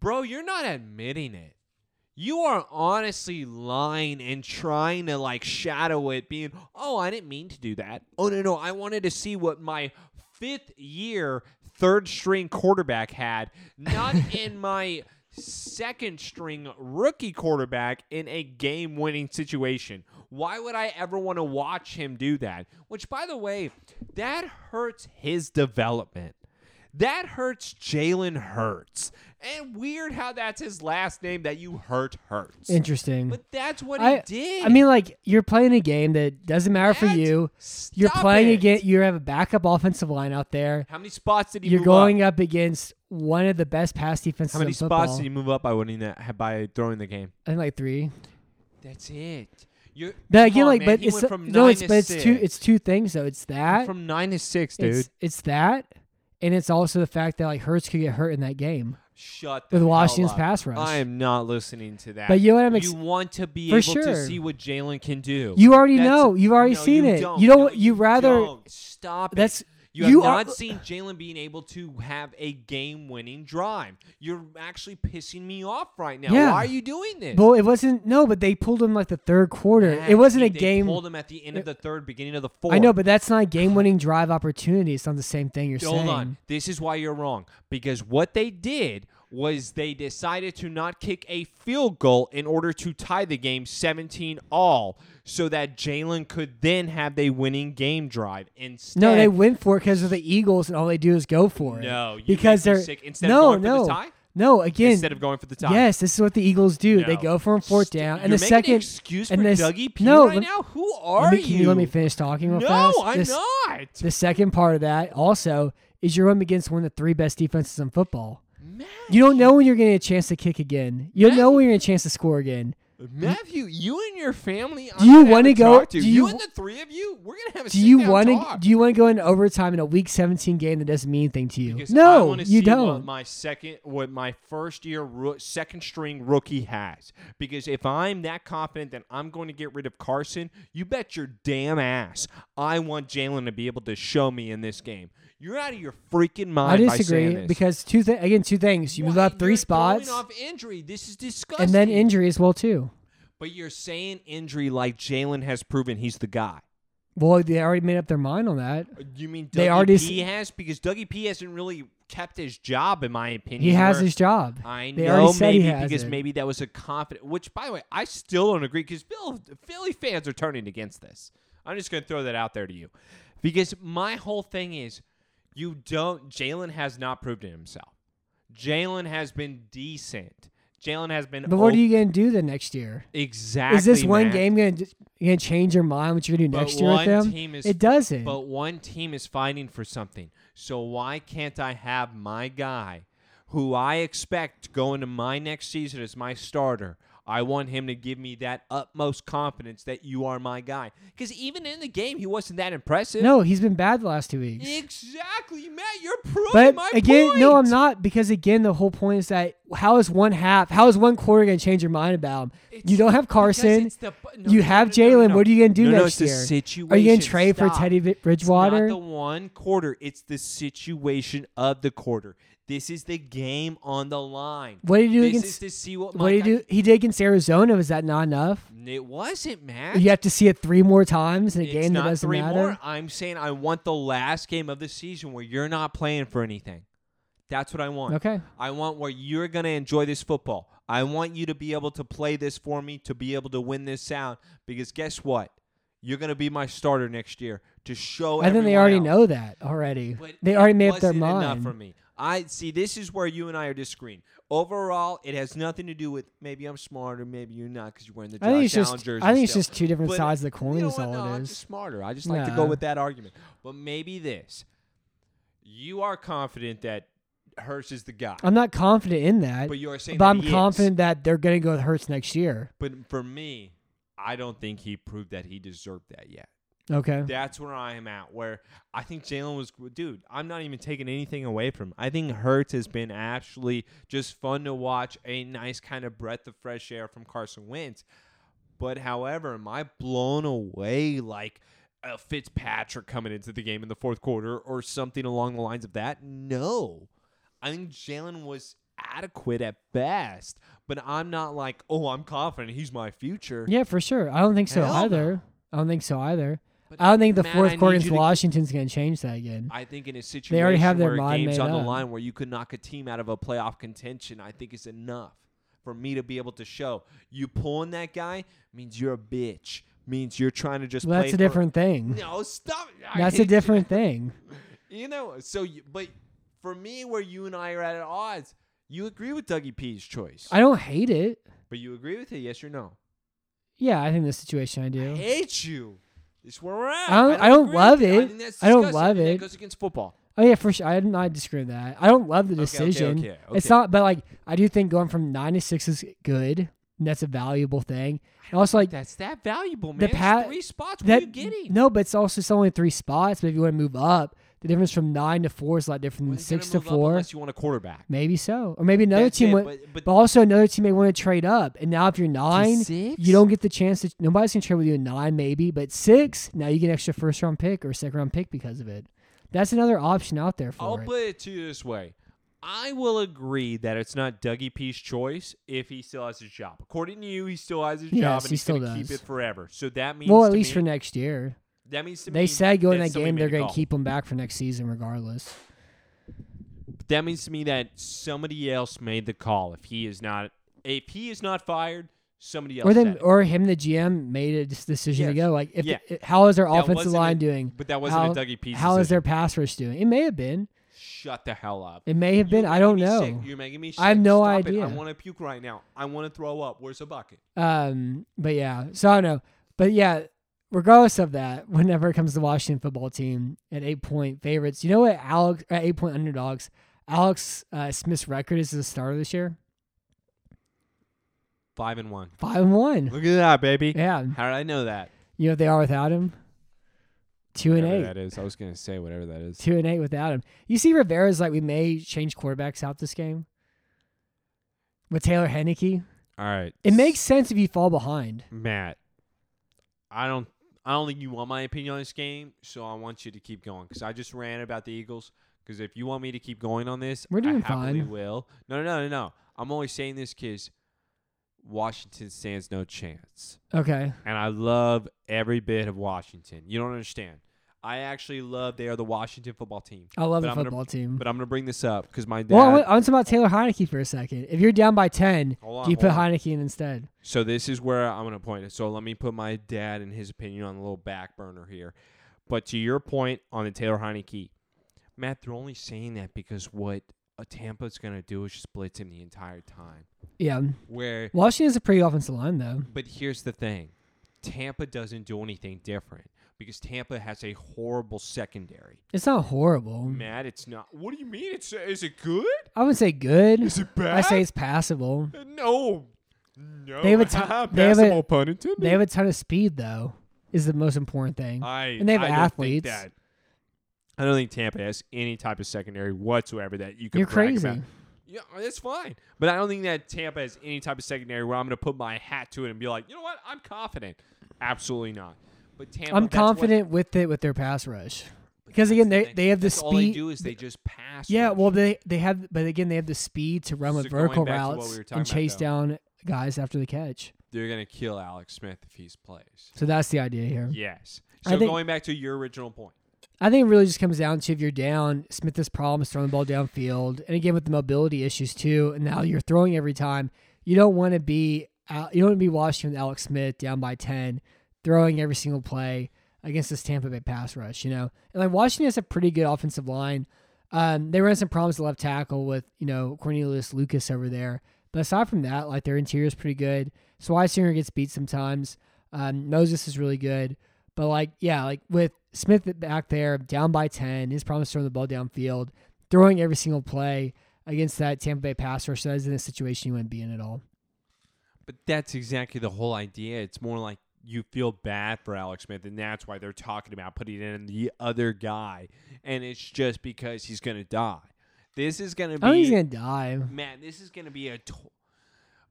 S3: Bro, you're not admitting it. You are honestly lying and trying to like shadow it, being, oh, I didn't mean to do that. Oh, no, no. I wanted to see what my fifth year third string quarterback had, not in my second string rookie quarterback in a game winning situation. Why would I ever want to watch him do that? Which, by the way, that hurts his development. That hurts Jalen Hurts. And weird how that's his last name that you hurt Hurts.
S2: Interesting.
S3: But that's what
S2: I
S3: he did.
S2: I mean, like you're playing a game that doesn't matter for
S3: That's-
S2: you. You're
S3: stop
S2: playing
S3: it.
S2: against. You have a backup offensive line out there.
S3: How many spots did he
S2: You're
S3: move
S2: going
S3: up?
S2: up against one of the best pass defenses
S3: How many
S2: in
S3: spots
S2: football.
S3: did he move up by winning that by throwing the game?
S2: I think like three.
S3: That's it. You're
S2: But
S3: come
S2: again,
S3: on,
S2: like,
S3: man.
S2: but
S3: He
S2: it's
S3: went from
S2: no,
S3: nine
S2: it's
S3: to
S2: but it's
S3: six.
S2: two. It's two things though. It's that.
S3: from nine to six, dude.
S2: It's it's that, and it's also the fact that like Hurts could get hurt in that game.
S3: Shut the
S2: With
S3: hell
S2: Washington's
S3: up.
S2: pass rush.
S3: I am not listening to that.
S2: But you know what I'm ex-
S3: you want to be
S2: For
S3: able
S2: sure.
S3: to see what Jalen can do.
S2: You already
S3: That's-
S2: know. You've already
S3: No,
S2: seen
S3: you
S2: it.
S3: Don't.
S2: You don't.
S3: No,
S2: you rather.
S3: don't. stop. it.
S2: That's-
S3: you have
S2: you are-
S3: not seen Jalen being able to have a game-winning drive. You're actually pissing me off right now.
S2: Yeah.
S3: Why are you doing this?
S2: Well, it wasn't. No, but they pulled him like the third quarter.
S3: Yeah,
S2: it wasn't
S3: they-
S2: a game.
S3: They pulled him at the end of the third, beginning of the fourth.
S2: I know, but that's not a game-winning drive opportunity. It's not the same thing you're
S3: Hold
S2: saying.
S3: on. This is why you're wrong. Because what they did was they decided to not kick a field goal in order to tie the game 17 all so that Jalen could then have a winning game drive. Instead,
S2: No, they went for it because of the Eagles, and all they do is go for it.
S3: No, you
S2: because
S3: make me
S2: they're
S3: sick. Instead of
S2: no,
S3: going for the
S2: no,
S3: tie?
S2: no. Again,
S3: instead of going for the tie.
S2: yes, this is what the Eagles do. They
S3: No.
S2: go for it on fourth
S3: St-
S2: down, and
S3: you're
S2: the
S3: making
S2: second
S3: an excuse
S2: and
S3: for
S2: this,
S3: Dougie P
S2: no,
S3: right
S2: let-
S3: now. Who
S2: let
S3: are
S2: me- Can you let me
S3: you?
S2: finish talking real
S3: No,
S2: fast?
S3: I'm
S2: This-
S3: not.
S2: The second part of that also is you're up against one of the three best defenses in football. You don't know when you're getting a chance to kick again. You don't know when you're going to chance to score again.
S3: Matthew, you and your family.
S2: Do you wanna
S3: to
S2: go-
S3: To.
S2: do
S3: you,
S2: you-
S3: and the three of you? We're gonna have a.
S2: Do you
S3: want
S2: to? Do you want to go into overtime in a Week 17 game that doesn't mean anything to you?
S3: Because I
S2: no,
S3: wanna
S2: you
S3: see What
S2: don't.
S3: my second, what my first year roo- second string rookie has. Because if I'm that confident that I'm going to get rid of Carson, you bet your damn ass I want Jalen to be able to show me in this game. You're out of your freaking mind.
S2: I
S3: by saying
S2: disagree
S3: this.
S2: because two thi- again two things. You move
S3: Why-
S2: up three
S3: you're throwing
S2: spots,
S3: off injury. This is disgusting.
S2: and then injury as well too.
S3: But you're saying injury like Jalen has proven he's the guy.
S2: Well, they already made up their mind on that.
S3: You mean Dougie
S2: They already s-
S3: P has because Dougie P hasn't really kept his job in my opinion.
S2: He has
S3: where-
S2: his job.
S3: I
S2: they
S3: know
S2: already said
S3: maybe
S2: he has
S3: because
S2: it.
S3: maybe that was a confident. Which by the way, I still don't agree because Phil, Philly fans are turning against this. I'm just going to throw that out there to you because my whole thing is you don't. Jalen has not proved it himself. Jalen has been decent. Jalen has been.
S2: But what
S3: o-
S2: are you going to do then next year?
S3: oh exactly?
S2: is this one
S3: Matt.
S2: game going to going to change your mind what you're going to do
S3: But
S2: next year with
S3: one
S2: them?
S3: team is-
S2: it doesn't.
S3: But one team is fighting for something. So why can't I have my guy who I expect to go into my next season as my starter? I want him to give me that utmost confidence that you are my guy. Because even in the game, he wasn't that impressive.
S2: No, he's been bad the last two weeks.
S3: Exactly, Matt. You're proving
S2: But
S3: Oh, my
S2: again,
S3: point.
S2: no, I'm not because again, the whole point is that how is one half, how is one quarter going to change your mind about him? you
S3: It's-
S2: don't have
S3: because
S2: Carson.
S3: it's the bu- no,
S2: you
S3: no,
S2: have
S3: no, no,
S2: Jalen.
S3: no.
S2: What are you going to do
S3: No, no,
S2: next
S3: it's the
S2: year?
S3: Situation.
S2: Are you going to trade for
S3: Stop.
S2: Teddy Vi- Bridgewater?
S3: It's not the one quarter. It's the situation of the quarter. This is the game on the line.
S2: What did he do
S3: this
S2: against-
S3: Is to see what,
S2: what
S3: oh my
S2: did he do? He did against Arizona. Was that not enough?
S3: guy- It wasn't, Matt.
S2: You have to see it three more times in a
S3: It's
S2: game that
S3: not
S2: doesn't
S3: three
S2: matter.
S3: more. I'm saying I want the last game of the season where you're not playing for anything. That's what I want.
S2: Okay.
S3: I want where you're going to enjoy this football. I want you to be able to play this for me, to be able to win this out. Because guess what? You're going to be my starter next year to show.
S2: I think they
S3: Oh, everyone
S2: already
S3: else.
S2: know that already.
S3: But
S2: they
S3: it
S2: already made up their
S3: wasn't Enough
S2: mind.
S3: for me. I see. This is where you and I are disagreeing. Overall, it has nothing to do with maybe I'm smarter, maybe you're not because you're wearing the Josh
S2: I think it's
S3: Allen
S2: just
S3: jersey.
S2: I think it's
S3: still.
S2: just two different
S3: But
S2: sides of the coin
S3: you know
S2: is
S3: what?
S2: all
S3: No,
S2: it
S3: I'm
S2: is.
S3: just smarter. I just like to
S2: Nah.
S3: go with that argument. But maybe this. You are confident that Hurst is the guy,
S2: I'm not confident in that.
S3: but you are saying
S2: But
S3: that
S2: I'm
S3: he is.
S2: confident that they're going to go with Hurts next year.
S3: But for me, I don't think he proved that he deserved that yet.
S2: Okay.
S3: That's where I am at. Where I think Jalen was, dude. I'm not even taking anything away from. Him. I think Hurts has been actually just fun to watch, a nice kind of breath of fresh air from Carson Wentz. But however, am I blown away like uh, Fitzpatrick coming into the game in the fourth quarter or something along the lines of that? No, I think Jalen was adequate at best, but I'm not like, oh, I'm confident he's my future.
S2: Yeah, for sure. I don't think so
S3: Hell no.
S2: either. I don't think so either.
S3: But
S2: I don't think the
S3: Matt, I
S2: fourth
S3: need
S2: quarter
S3: you
S2: against
S3: to-
S2: Washington's going to change that again.
S3: I think in a situation
S2: They already have their
S3: where
S2: mind
S3: games
S2: made
S3: on the
S2: up.
S3: line where you could knock a team out of a playoff contention, I think is enough for me to be able to show you pulling that guy means you're a bitch. Means you're trying to just.
S2: Well,
S3: play
S2: that's a
S3: for-
S2: different thing.
S3: No, stop. I
S2: That's a
S3: hate you.
S2: different thing.
S3: You know, so you, but for me, where you and I are at odds, you agree with Dougie P's choice,
S2: I don't hate it.
S3: but you agree with it, yes or no?
S2: Yeah, I think the situation I do.
S3: I hate you. This is where we're at.
S2: I don't- I don't
S3: agree
S2: love
S3: with
S2: it.
S3: think that's
S2: I don't
S3: disgusting,
S2: love
S3: and that
S2: it.
S3: goes against football.
S2: Oh yeah, for sure. I'm not disagreeing with that. I don't love the
S3: okay, okay,
S2: decision.
S3: okay,
S2: It's
S3: okay.
S2: not, but like I do think going from nine to six is good. And that's a valuable thing. And also, like
S3: That's that valuable, man.
S2: The
S3: It's
S2: pa-
S3: three spots. What are you
S2: that
S3: getting?
S2: no, but it's also it's only three spots. But if you want to move up, the difference from nine to four is a lot different than
S3: When's gonna
S2: six to
S3: move up
S2: four.
S3: Unless you want a quarterback.
S2: Maybe so, or maybe another
S3: That's
S2: team.
S3: it,
S2: went,
S3: but-
S2: but,
S3: but-
S2: also another team may want to trade up. And now if you're nine,
S3: six?
S2: you don't get the chance to. Nobody's gonna trade with you in nine, maybe. But six, now you get an extra first round pick or second round pick because of it. That's another option out there for
S3: I'll
S2: it.
S3: put it to you this way. I will agree that it's not Dougie P's choice if he still has his job. According to you, he still has his job
S2: Yes,
S3: and
S2: he
S3: he's going
S2: still
S3: to keep
S2: does.
S3: it forever. So that means
S2: Well,
S3: to
S2: at least
S3: me-
S2: for next year.
S3: that means to
S2: They
S3: me
S2: said going that
S3: somebody
S2: game,
S3: made
S2: they're
S3: a
S2: going to
S3: call.
S2: keep him back for next season regardless.
S3: That means to me that somebody else made the call. If he is not, if he is not fired, somebody else.
S2: Or
S3: said
S2: them,
S3: it.
S2: or him, the GM made a dis- decision to
S3: Yes.
S2: go. Like, if
S3: Yeah.
S2: i- how is their
S3: That
S2: offensive
S3: wasn't a-
S2: line doing?
S3: But that wasn't
S2: How-
S3: a Dougie P's.
S2: How is
S3: decision.
S2: their pass rush doing? It may have been.
S3: Shut the hell up.
S2: It may have been.
S3: You're
S2: I don't
S3: making me
S2: know.
S3: Sick. You're making me sick.
S2: I have no
S3: Stop It.
S2: idea.
S3: I want to puke right now. I want to throw up. Where's the bucket?
S2: Um, but yeah, so I don't know. But yeah, regardless of that, whenever it comes to Washington football team at eight point favorites, you know what? Alex at eight point underdogs. Alex uh, Smith's record is the starter this year,
S3: Five and one.
S2: five and one.
S3: Look at that, baby.
S2: Yeah,
S3: How did I know that?
S2: you know what they are without him. Two and
S3: Whatever
S2: eight.
S3: that is. I was gonna say whatever that is.
S2: two and eight without him. You see, Rivera's like we may change quarterbacks out this game with Taylor Henneke.
S3: All right.
S2: It makes sense if you fall behind.
S3: Matt. I don't. I don't think you want my opinion on this game, so I want you to keep going because I just ran about the Eagles. Because if you want me to keep going on this,
S2: We're doing
S3: I happily
S2: fine.
S3: will. No, no, no, no, no. I'm only saying this because Washington stands no chance.
S2: Okay,
S3: and I love every bit of Washington. You don't understand. I actually love they are the Washington football team.
S2: I love
S3: But
S2: the
S3: I'm gonna-
S2: football team.
S3: But I'm gonna bring this up because my dad.
S2: well, I want, I want to talk about Taylor Heineke for a second. If you're down by ten,
S3: Hold on,
S2: do you put
S3: hold on.
S2: Heineke in instead?
S3: so this is where I'm gonna point it. So let me put my dad and his opinion on a little back burner here. But to your point on the Taylor Heineke, Matt, they're only saying that because what uh, Tampa's gonna do is just blitz him the entire time.
S2: Yeah,
S3: Where
S2: Washington's a pretty offensive line though.
S3: But here's the thing Tampa doesn't do anything different because Tampa has a horrible secondary.
S2: It's not horrible.
S3: Matt, it's not. What do you mean? It's is it good?
S2: I would say good.
S3: Is it
S2: I say
S3: bad?
S2: it's passable.
S3: No. No,
S2: They have a ton- they have a-
S3: passable pun intended.
S2: They have a ton of speed though. Is the most important thing.
S3: I,
S2: and they have
S3: I
S2: athletes.
S3: Don't think that, I don't think Tampa has any type of secondary whatsoever that you can.
S2: You're
S3: brag
S2: crazy.
S3: About. Yeah, that's fine. But I don't think that Tampa has any type of secondary where I'm going to put my hat to it and be like, you know what, I'm confident. Absolutely not. But Tampa,
S2: I'm
S3: that's what-
S2: confident with it with their pass rush
S3: but
S2: because
S3: that's
S2: again
S3: the
S2: they,
S3: thing.
S2: they have the
S3: That's
S2: speed.
S3: All they do is they just pass.
S2: yeah,
S3: rush.
S2: well they they have, but again they have the speed to run
S3: So
S2: with
S3: going
S2: vertical
S3: back to what
S2: routes
S3: we were talking
S2: and
S3: about,
S2: chase
S3: though.
S2: down guys after the catch.
S3: they're going to kill Alex Smith if he's plays.
S2: So that's the idea here.
S3: Yes.
S2: I
S3: So
S2: think-
S3: going back to your original point.
S2: I think it really just comes down to if you're down, Smith has problems throwing the ball downfield, and again with the mobility issues too, and how you're throwing every time. You don't want to be out, you don't want to be watching with Alex Smith down by ten, throwing every single play against this Tampa Bay pass rush. You know, and like Washington has a pretty good offensive line. Um, they ran some problems at left tackle with you know Cornelius Lucas over there, but aside from that, like their interior is pretty good. Swisinger gets beat sometimes. Um, Moses is really good. But like, yeah, like with Smith back there, down by ten, his promise throwing the ball downfield, throwing every single play against that Tampa Bay pass rush. That isn't a situation you wouldn't be in at all.
S3: But that's exactly the whole idea. It's more like you feel bad for Alex Smith, and that's why they're talking about putting in the other guy. And it's just because he's going to die. This is going to
S2: I think Oh, he's
S3: be
S2: gonna die.
S3: man. This is going to be a. To-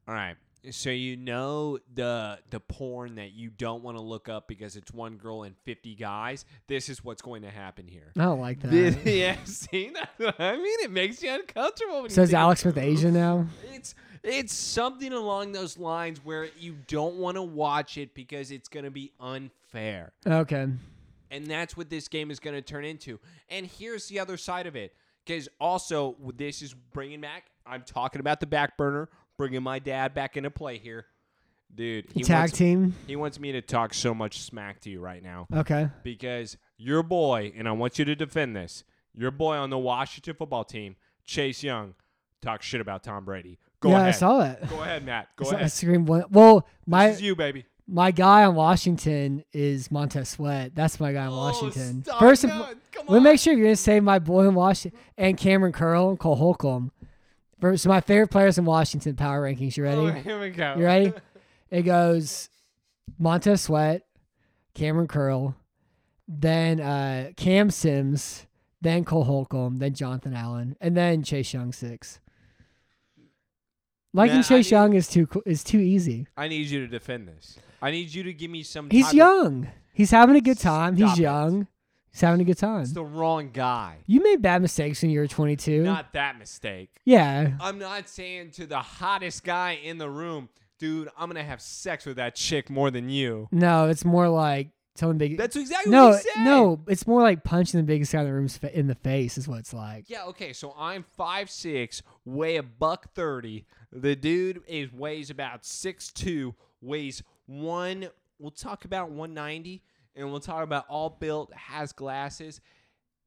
S3: All right. So you know the the porn that you don't want to look up because it's one girl and fifty guys. This is what's going to happen here.
S2: I don't like that.
S3: This, yeah, see, that's what I mean, it makes you uncomfortable. When you
S2: Says
S3: think
S2: Alex Smith Asian now.
S3: it's it's something along those lines where you don't want to watch it because it's going to be unfair.
S2: Okay.
S3: And that's what this game is going to turn into. And here's the other side of it. Cuz also this is bringing back I'm talking about the back burner, bringing my dad back into play here. Dude, he
S2: Tag
S3: wants,
S2: team.
S3: he wants me to talk so much smack to you right now
S2: Okay.
S3: because your boy, and I want you to defend this, your boy on the Washington football team, Chase Young, talks shit about Tom Brady. Go
S2: yeah,
S3: ahead.
S2: I saw it.
S3: Go ahead, Matt. Go
S2: I saw- I
S3: ahead.
S2: screamed one. Well, my
S3: this is you, baby.
S2: my guy on Washington is Montez Sweat. That's my guy on Washington.
S3: Oh, stop
S2: First, and
S3: it.
S2: fo-
S3: Come
S2: let me
S3: on.
S2: make sure you're gonna say my boy in Washington and Cameron Curl and Cole Holcomb. First, so my favorite players in Washington power rankings. You ready?
S3: Oh, here we go.
S2: You ready? it goes Montez Sweat, Cameron Curl, then uh, Cam Sims, then Cole Holcomb, then Jonathan Allen, and then Chase Young six. Liking
S3: Man, I
S2: Chase
S3: need-
S2: Young is too co- is too easy.
S3: I need you to defend this. I need you to give me some. type
S2: He's
S3: of-
S2: young. He's having a good time.
S3: Stop
S2: He's
S3: it.
S2: young. He's having a good time.
S3: it's the wrong guy.
S2: You made bad mistakes when you were 22.
S3: Not that mistake.
S2: yeah.
S3: I'm not saying to the hottest guy in the room, dude. I'm gonna have sex with that chick more than you.
S2: No, it's more like telling big.
S3: That's exactly
S2: no,
S3: what he said.
S2: no. It's more like punching the biggest guy in the room's fa- in the face is what it's like.
S3: Yeah, okay, so I'm five six, weigh a buck thirty. The dude is weighs about six two, weighs one we'll talk about one ninety, and we'll talk about all built, has glasses.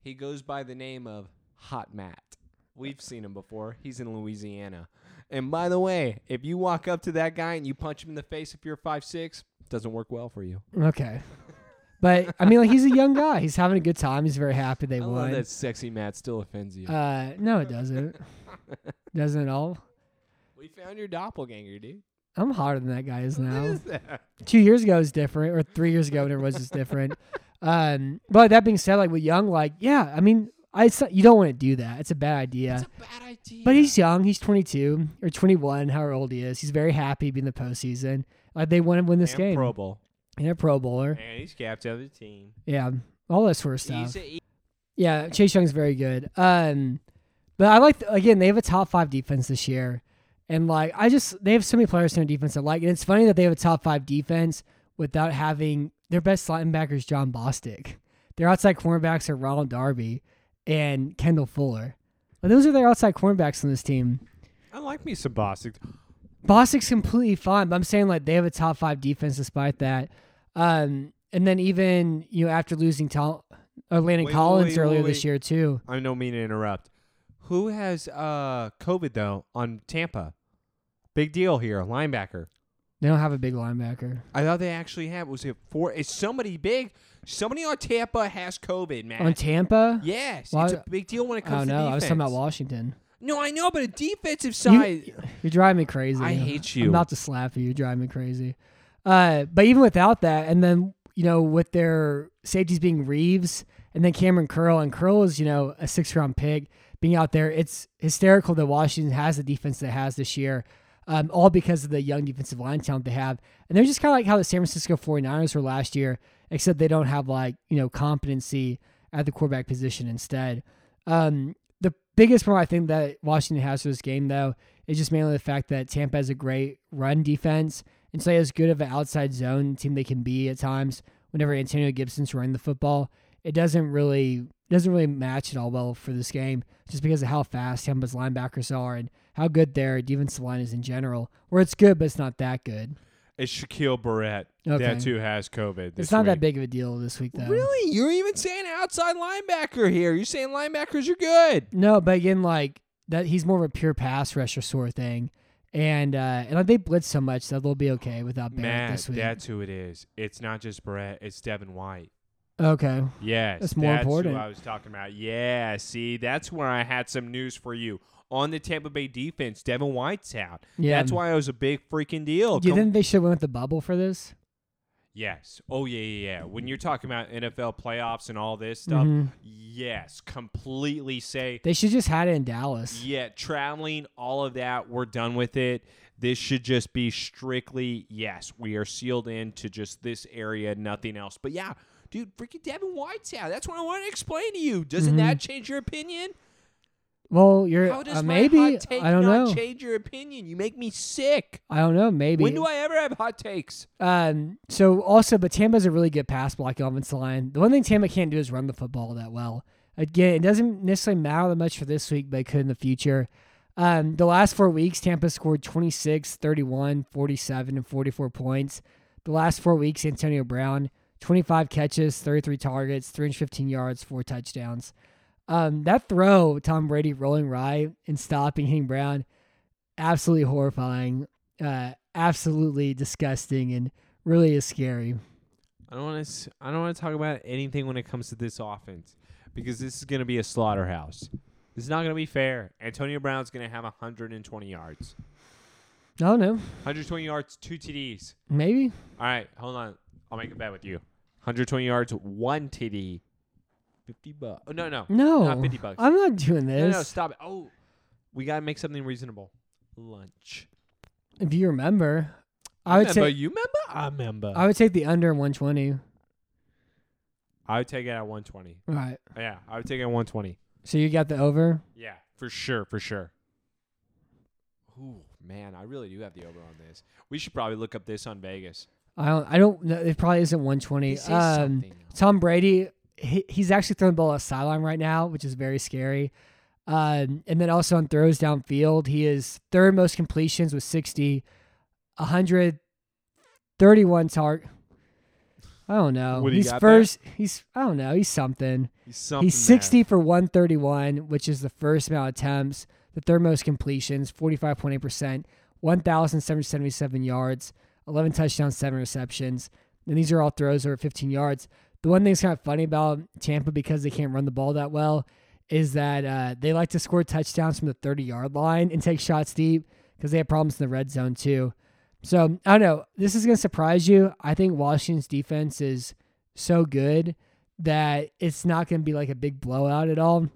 S3: He goes by the name of Hot Matt. We've seen him before. He's in Louisiana. And by the way, if you walk up to that guy and you punch him in the face if you're five six, doesn't work well for you.
S2: Okay. But I mean, like he's a young guy. He's having a good time. He's very happy they
S3: I love
S2: won.
S3: that sexy Matt still offends you.
S2: Uh, no, it doesn't. doesn't at all.
S3: we found your doppelganger, dude.
S2: I'm hotter than that guy is
S3: What
S2: now.
S3: is that?
S2: Two years ago is different, or three years ago, whenever it was is different. Um, but that being said, like with Young, like yeah, I mean, I it's not- you don't want to do that. It's a bad idea.
S3: It's a bad idea.
S2: But he's young. He's 22 or 21, however old he is. He's very happy being in the postseason. Like they want to win this game.
S3: Pro Bowl.
S2: and a Pro Bowler.
S3: And he's captain of the team.
S2: Yeah, all that sort of stuff.
S3: He's a,
S2: Yeah, Chase Young's very good. Um, but I like again they have a top five defense this year, and like I just they have so many players in their defense I like. And it's funny that they have a top five defense without having their best slot linebacker is John Bostic. Their outside cornerbacks are Ronald Darby and Kendall Fuller. But those are their outside cornerbacks on this team.
S3: I like me some Bostic.
S2: Bostic's completely fine, but I'm saying like they have a top five defense despite that. Um, and then even you know after losing Tom or Landon
S3: Wait, wait,
S2: Collins
S3: wait,
S2: earlier
S3: wait,
S2: this
S3: wait.
S2: year too.
S3: I don't mean to interrupt. Who has uh COVID though on Tampa? Big deal here, linebacker.
S2: They don't have a big linebacker.
S3: I thought they actually had was it four? It's somebody big. Somebody on Tampa has COVID, man.
S2: On Tampa?
S3: yes,
S2: Why-
S3: it's a big deal when Eh. it
S2: Oh
S3: comes
S2: no,
S3: to defense.
S2: I was talking about Washington.
S3: No, I know, but a defensive
S2: You-
S3: side.
S2: You're driving me crazy.
S3: I hate you.
S2: I'm about to slap you. You're driving me crazy. Uh, but even without that, and then you know, with their safeties being Reeves and then Cameron Curl, and Curl is you know a six round pick being out there. It's hysterical that Washington has the defense that has this year, um, all because of the young defensive line talent they have. And they're just kind of like how the San Francisco 49ers were last year, except they don't have like you know competency at the quarterback position instead. Um, the biggest problem I think that Washington has for this game, though, is just mainly the fact that Tampa has a great run defense and so they have as good of an outside zone team they can be at times. Whenever Antonio Gibson's running the football, it doesn't really doesn't really match at all well for this game, just because of how fast Tampa's linebackers are and how good their defensive line is in general. Where it's good, but it's not that good.
S3: It's Shaquille Barrett
S2: Okay.
S3: that too has COVID.
S2: it's not that big of a deal this week, though.
S4: Really? You're even saying outside linebacker here. You're saying linebackers are good.
S2: No, but again, like that, he's more of a pure pass rusher sort of thing, and uh, and like they blitz so much that they'll be okay without Barrett
S3: Matt,
S2: this week.
S3: that's who it is. It's not just Barrett. It's Devin White.
S2: okay,
S3: Yes,
S2: That's more important.
S3: Who I was talking about. Yeah, see, that's where I had some news for you on the Tampa Bay defense. Devin White's out.
S2: Yeah.
S3: that's why it was a big freaking deal.
S2: do you
S3: Oh, Come-
S2: think they should have went with the bubble for this?
S3: yes. Oh yeah, yeah, yeah. When you're talking about NFL playoffs and all this stuff,
S2: Mhm.
S3: yes, completely say
S2: They should just had it in Dallas.
S3: Yeah, traveling, all of that, we're done with it. This should just be strictly, yes, we are sealed in to just this area, nothing else. But yeah, dude, freaking Devin White's out. That's what I want to explain to you. Doesn't that change your opinion?
S2: Well, you're
S3: How does
S2: uh,
S3: my
S2: maybe
S3: hot take
S2: I don't
S3: not
S2: know.
S3: change your opinion? You make me sick.
S2: I don't know. Maybe.
S3: When do I ever have hot takes?
S2: Um, so also, but Tampa's a really good pass blocking offensive line. The one thing Tampa can't do is run the football that well. Again, it doesn't necessarily matter that much for this week, but it could in the future. Um, the last four weeks, Tampa scored 26, 31, 47, and 44 points. The last four weeks, Antonio Brown, 25 catches, 33 targets, 315 yards, four touchdowns. Um, that throw, Tom Brady rolling right and stopping, hitting Brown, absolutely horrifying, uh, absolutely disgusting, and really is scary.
S3: I don't want to. I don't want to talk about anything when it comes to this offense because this is going to be a slaughterhouse. This is not going to be fair. Antonio Brown's going to have 120 yards,
S2: I don't know.
S3: 120 yards, two TDs.
S2: Maybe.
S3: All right, hold on. I'll make a bet with you. 120 yards, one TD, 50 bucks. Oh, no, no,
S2: No.
S3: not 50 bucks.
S2: I'm not doing
S3: no,
S2: this.
S3: no, stop it. Oh, we gotta make something reasonable. Lunch.
S2: If you remember, I would
S3: remember,
S2: take
S3: you remember? I remember.
S2: I would take the under 120.
S3: I would take it at 120.
S2: All right.
S3: Yeah, I would take it at 120.
S2: So you got the over.
S3: Yeah, for sure, for sure. Ooh, man, I really do have the over on this. We should probably look up this on Vegas.
S2: I don't. I don't. know. It probably isn't 120.
S3: This is
S2: um,
S3: something else.
S2: Tom Brady. He, he's actually throwing the ball at sideline right now, which is very scary. Um, and then also on throws downfield, he is third most completions with 60, 131 target. I don't know.
S3: What do you
S2: he's
S3: got there?
S2: first. He's I don't know. He's something.
S3: Something
S2: He's 60 for 131, which is the first amount of attempts, the third most completions, 45.8%, 1,777 yards, 11 touchdowns, seven receptions. And these are all throws over 15 yards. The one thing that's kind of funny about Tampa because they can't run the ball that well is that uh, they like to score touchdowns from the 30 yard line and take shots deep because they have problems in the red zone too. So I don't know. This is going to surprise you. I think Washington's defense is so good that it's not going to be like a big blowout at all.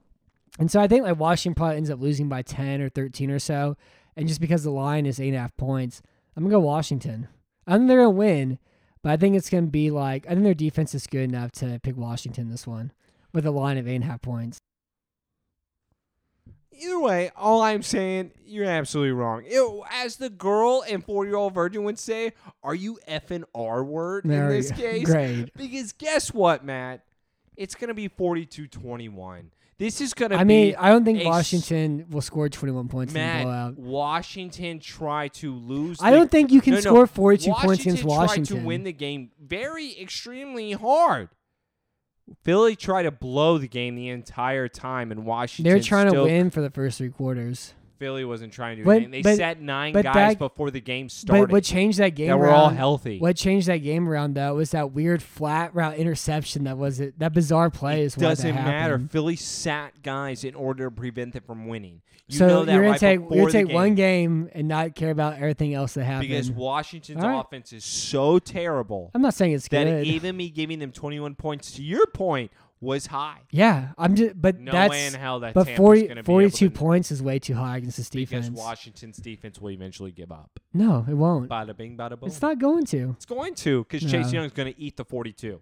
S2: And so I think like Washington probably ends up losing by 10 or 13 or so. And just because the line is eight and a half points, I'm going to go Washington. I think they're going to win, but I think it's going to be like, I think their defense is good enough to pick Washington this one with a line of eight and a half points.
S3: Either way, all I'm saying, you're absolutely wrong. Ew, as the girl and four year old virgin would say, are you effing R word in
S2: Mary,
S3: this case?
S2: Great.
S3: Because guess what, Matt? It's going to be 42 21. This is going to
S2: I mean,
S3: be.
S2: I don't
S3: a
S2: think
S3: s-
S2: Washington will score 21 points in the
S3: Matt,
S2: blowout.
S3: Washington tried to lose.
S2: I
S3: the-
S2: don't think you can
S3: No, no.
S2: score 42 points against
S3: Tried
S2: Washington.
S3: to win the game very extremely hard. Philly tried to blow the game the entire time, and Washington
S2: They're trying to
S3: still
S2: win for the first three quarters.
S3: Philly wasn't trying to do
S2: But-
S3: anything. They
S2: but-
S3: sat nine
S2: but
S3: guys
S2: that-
S3: before the game started.
S2: But what changed that game?
S3: that were
S2: around,
S3: all healthy.
S2: What changed that game around though was that weird flat route interception that was it. That bizarre play is what
S3: doesn't matter. Philly sat guys in order to prevent them from winning. You
S2: so
S3: know that
S2: you're gonna
S3: right
S2: take
S3: before
S2: you're
S3: the
S2: gonna take
S3: game.
S2: one game and not care about everything else that happened.
S3: because Washington's
S2: All right.
S3: offense is so terrible
S2: I'm not saying it's
S3: that
S2: good.
S3: even me giving them 21 points to your point was high.
S2: yeah, I'm just but
S3: No
S2: that's
S3: way in hell that
S2: but
S3: Tampa's
S2: 40,
S3: gonna be able
S2: 42
S3: to-
S2: points is way too high against this
S3: Because
S2: defense.
S3: Washington's defense will eventually give up.
S2: no, it won't.
S3: Bada bing, bada boom.
S2: It's not going to.
S3: It's going to because Chase
S2: No.
S3: Young's going to eat the 42.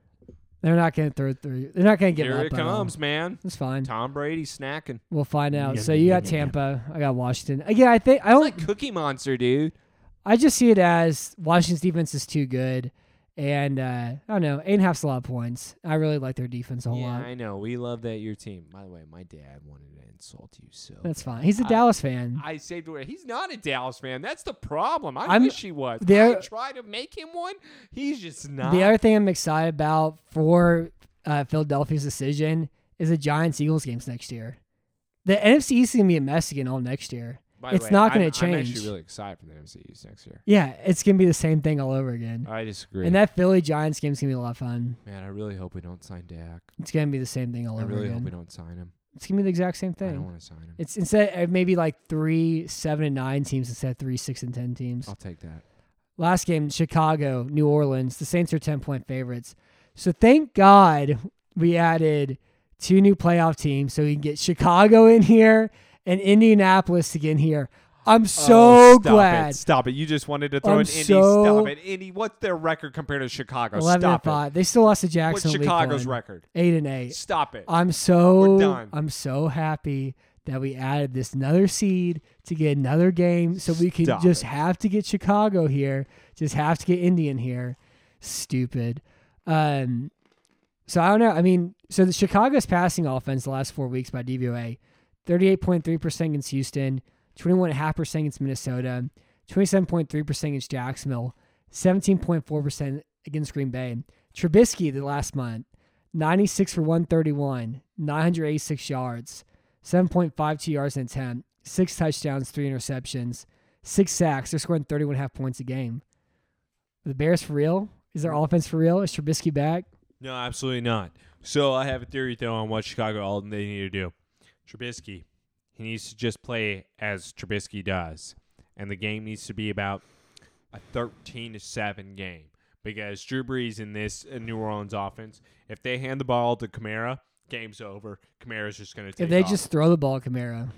S2: They're not going to throw through. They're not going to get
S3: Here
S2: up
S3: it
S2: at all.
S3: comes, man.
S2: It's fine.
S3: Tom Brady snacking.
S2: We'll find out.
S3: Yum,
S2: So
S3: yum,
S2: you
S3: yum,
S2: got
S3: yum, yum.
S2: Tampa. I got Washington. Again, I think I don't.
S3: Like Cookie Monster, dude.
S2: I just see it as Washington's defense is too good, and uh, I don't know. Eight and a half's a lot of points. I really like their defense a whole
S3: yeah,
S2: lot.
S3: I know. We love that your team. By the way, my dad wanted to insult you so.
S2: That's fine. He's a
S3: I-
S2: Dallas fan.
S3: I saved where he's not a Dallas fan. That's the problem. I
S2: I'm-
S3: wish he was.
S2: there-
S3: I try to make him one. He's just not.
S2: the other thing I'm excited about for uh, Philadelphia's decision is the Giants Eagles games next year. The NFC East is gonna be a mess again all next year.
S3: By the
S2: it's
S3: way,
S2: not gonna
S3: I'm- I'm
S2: change.
S3: actually really excited for the MCUs next year.
S2: Yeah, it's gonna be the same thing all over again.
S3: I disagree.
S2: And that Philly Giants game's gonna be a lot of fun.
S3: man, I really hope we don't sign Dak.
S2: It's gonna be the same thing all
S3: I
S2: over
S3: really hope we
S2: again.
S3: don't sign him.
S2: It's gonna be the exact same
S3: I don't
S2: thing.
S3: want to sign him.
S2: It's instead of maybe like three, seven, and nine teams instead of three, six, and ten teams.
S3: I'll take that.
S2: Last game, Chicago, New Orleans. The Saints are ten point favorites. So thank God we added two new playoff teams, so we can get Chicago in here and Indianapolis to get in here. I'm so
S3: Oh, stop
S2: glad.
S3: It. Stop it. You just wanted to throw
S2: I'm
S3: an Indy.
S2: so-
S3: Stop it. Indy, what's their record compared to Chicago?
S2: Eleven and
S3: Stop it.
S2: five. They still lost to
S3: What's
S2: Jackson.
S3: Chicago's record?
S2: Eight and eight.
S3: Stop it.
S2: I'm so
S3: We're done.
S2: I'm so happy that we added this another seed to get another game so we can
S3: Stop
S2: just
S3: it.
S2: have to get Chicago here, just have to get Indian here. Stupid. Um so I don't know. I mean, so the Chicago's passing offense the last 4 weeks by DVOA, 38.3% against Houston, 21.5% against Minnesota, 27.3% against Jacksonville, 17.4% against Green Bay. Trubisky the last month, 96 for 131, 986 yards, 7.52 yards in attempt, six touchdowns, three interceptions, six sacks. They're scoring 31 half points a game. The Bears for real? Is
S3: Mm.
S2: their offense for real? Is Trubisky back?
S3: No, absolutely not. So I have a theory though on what Chicago all they need to do. Trubisky, he needs to just play as Trubisky does, and the game needs to be about a thirteen to seven game because Drew Brees in this uh, New Orleans offense, if they hand the ball to Kamara, game's over. Kamara's just going to take.
S2: If they
S3: off.
S2: just throw the ball at Camaro,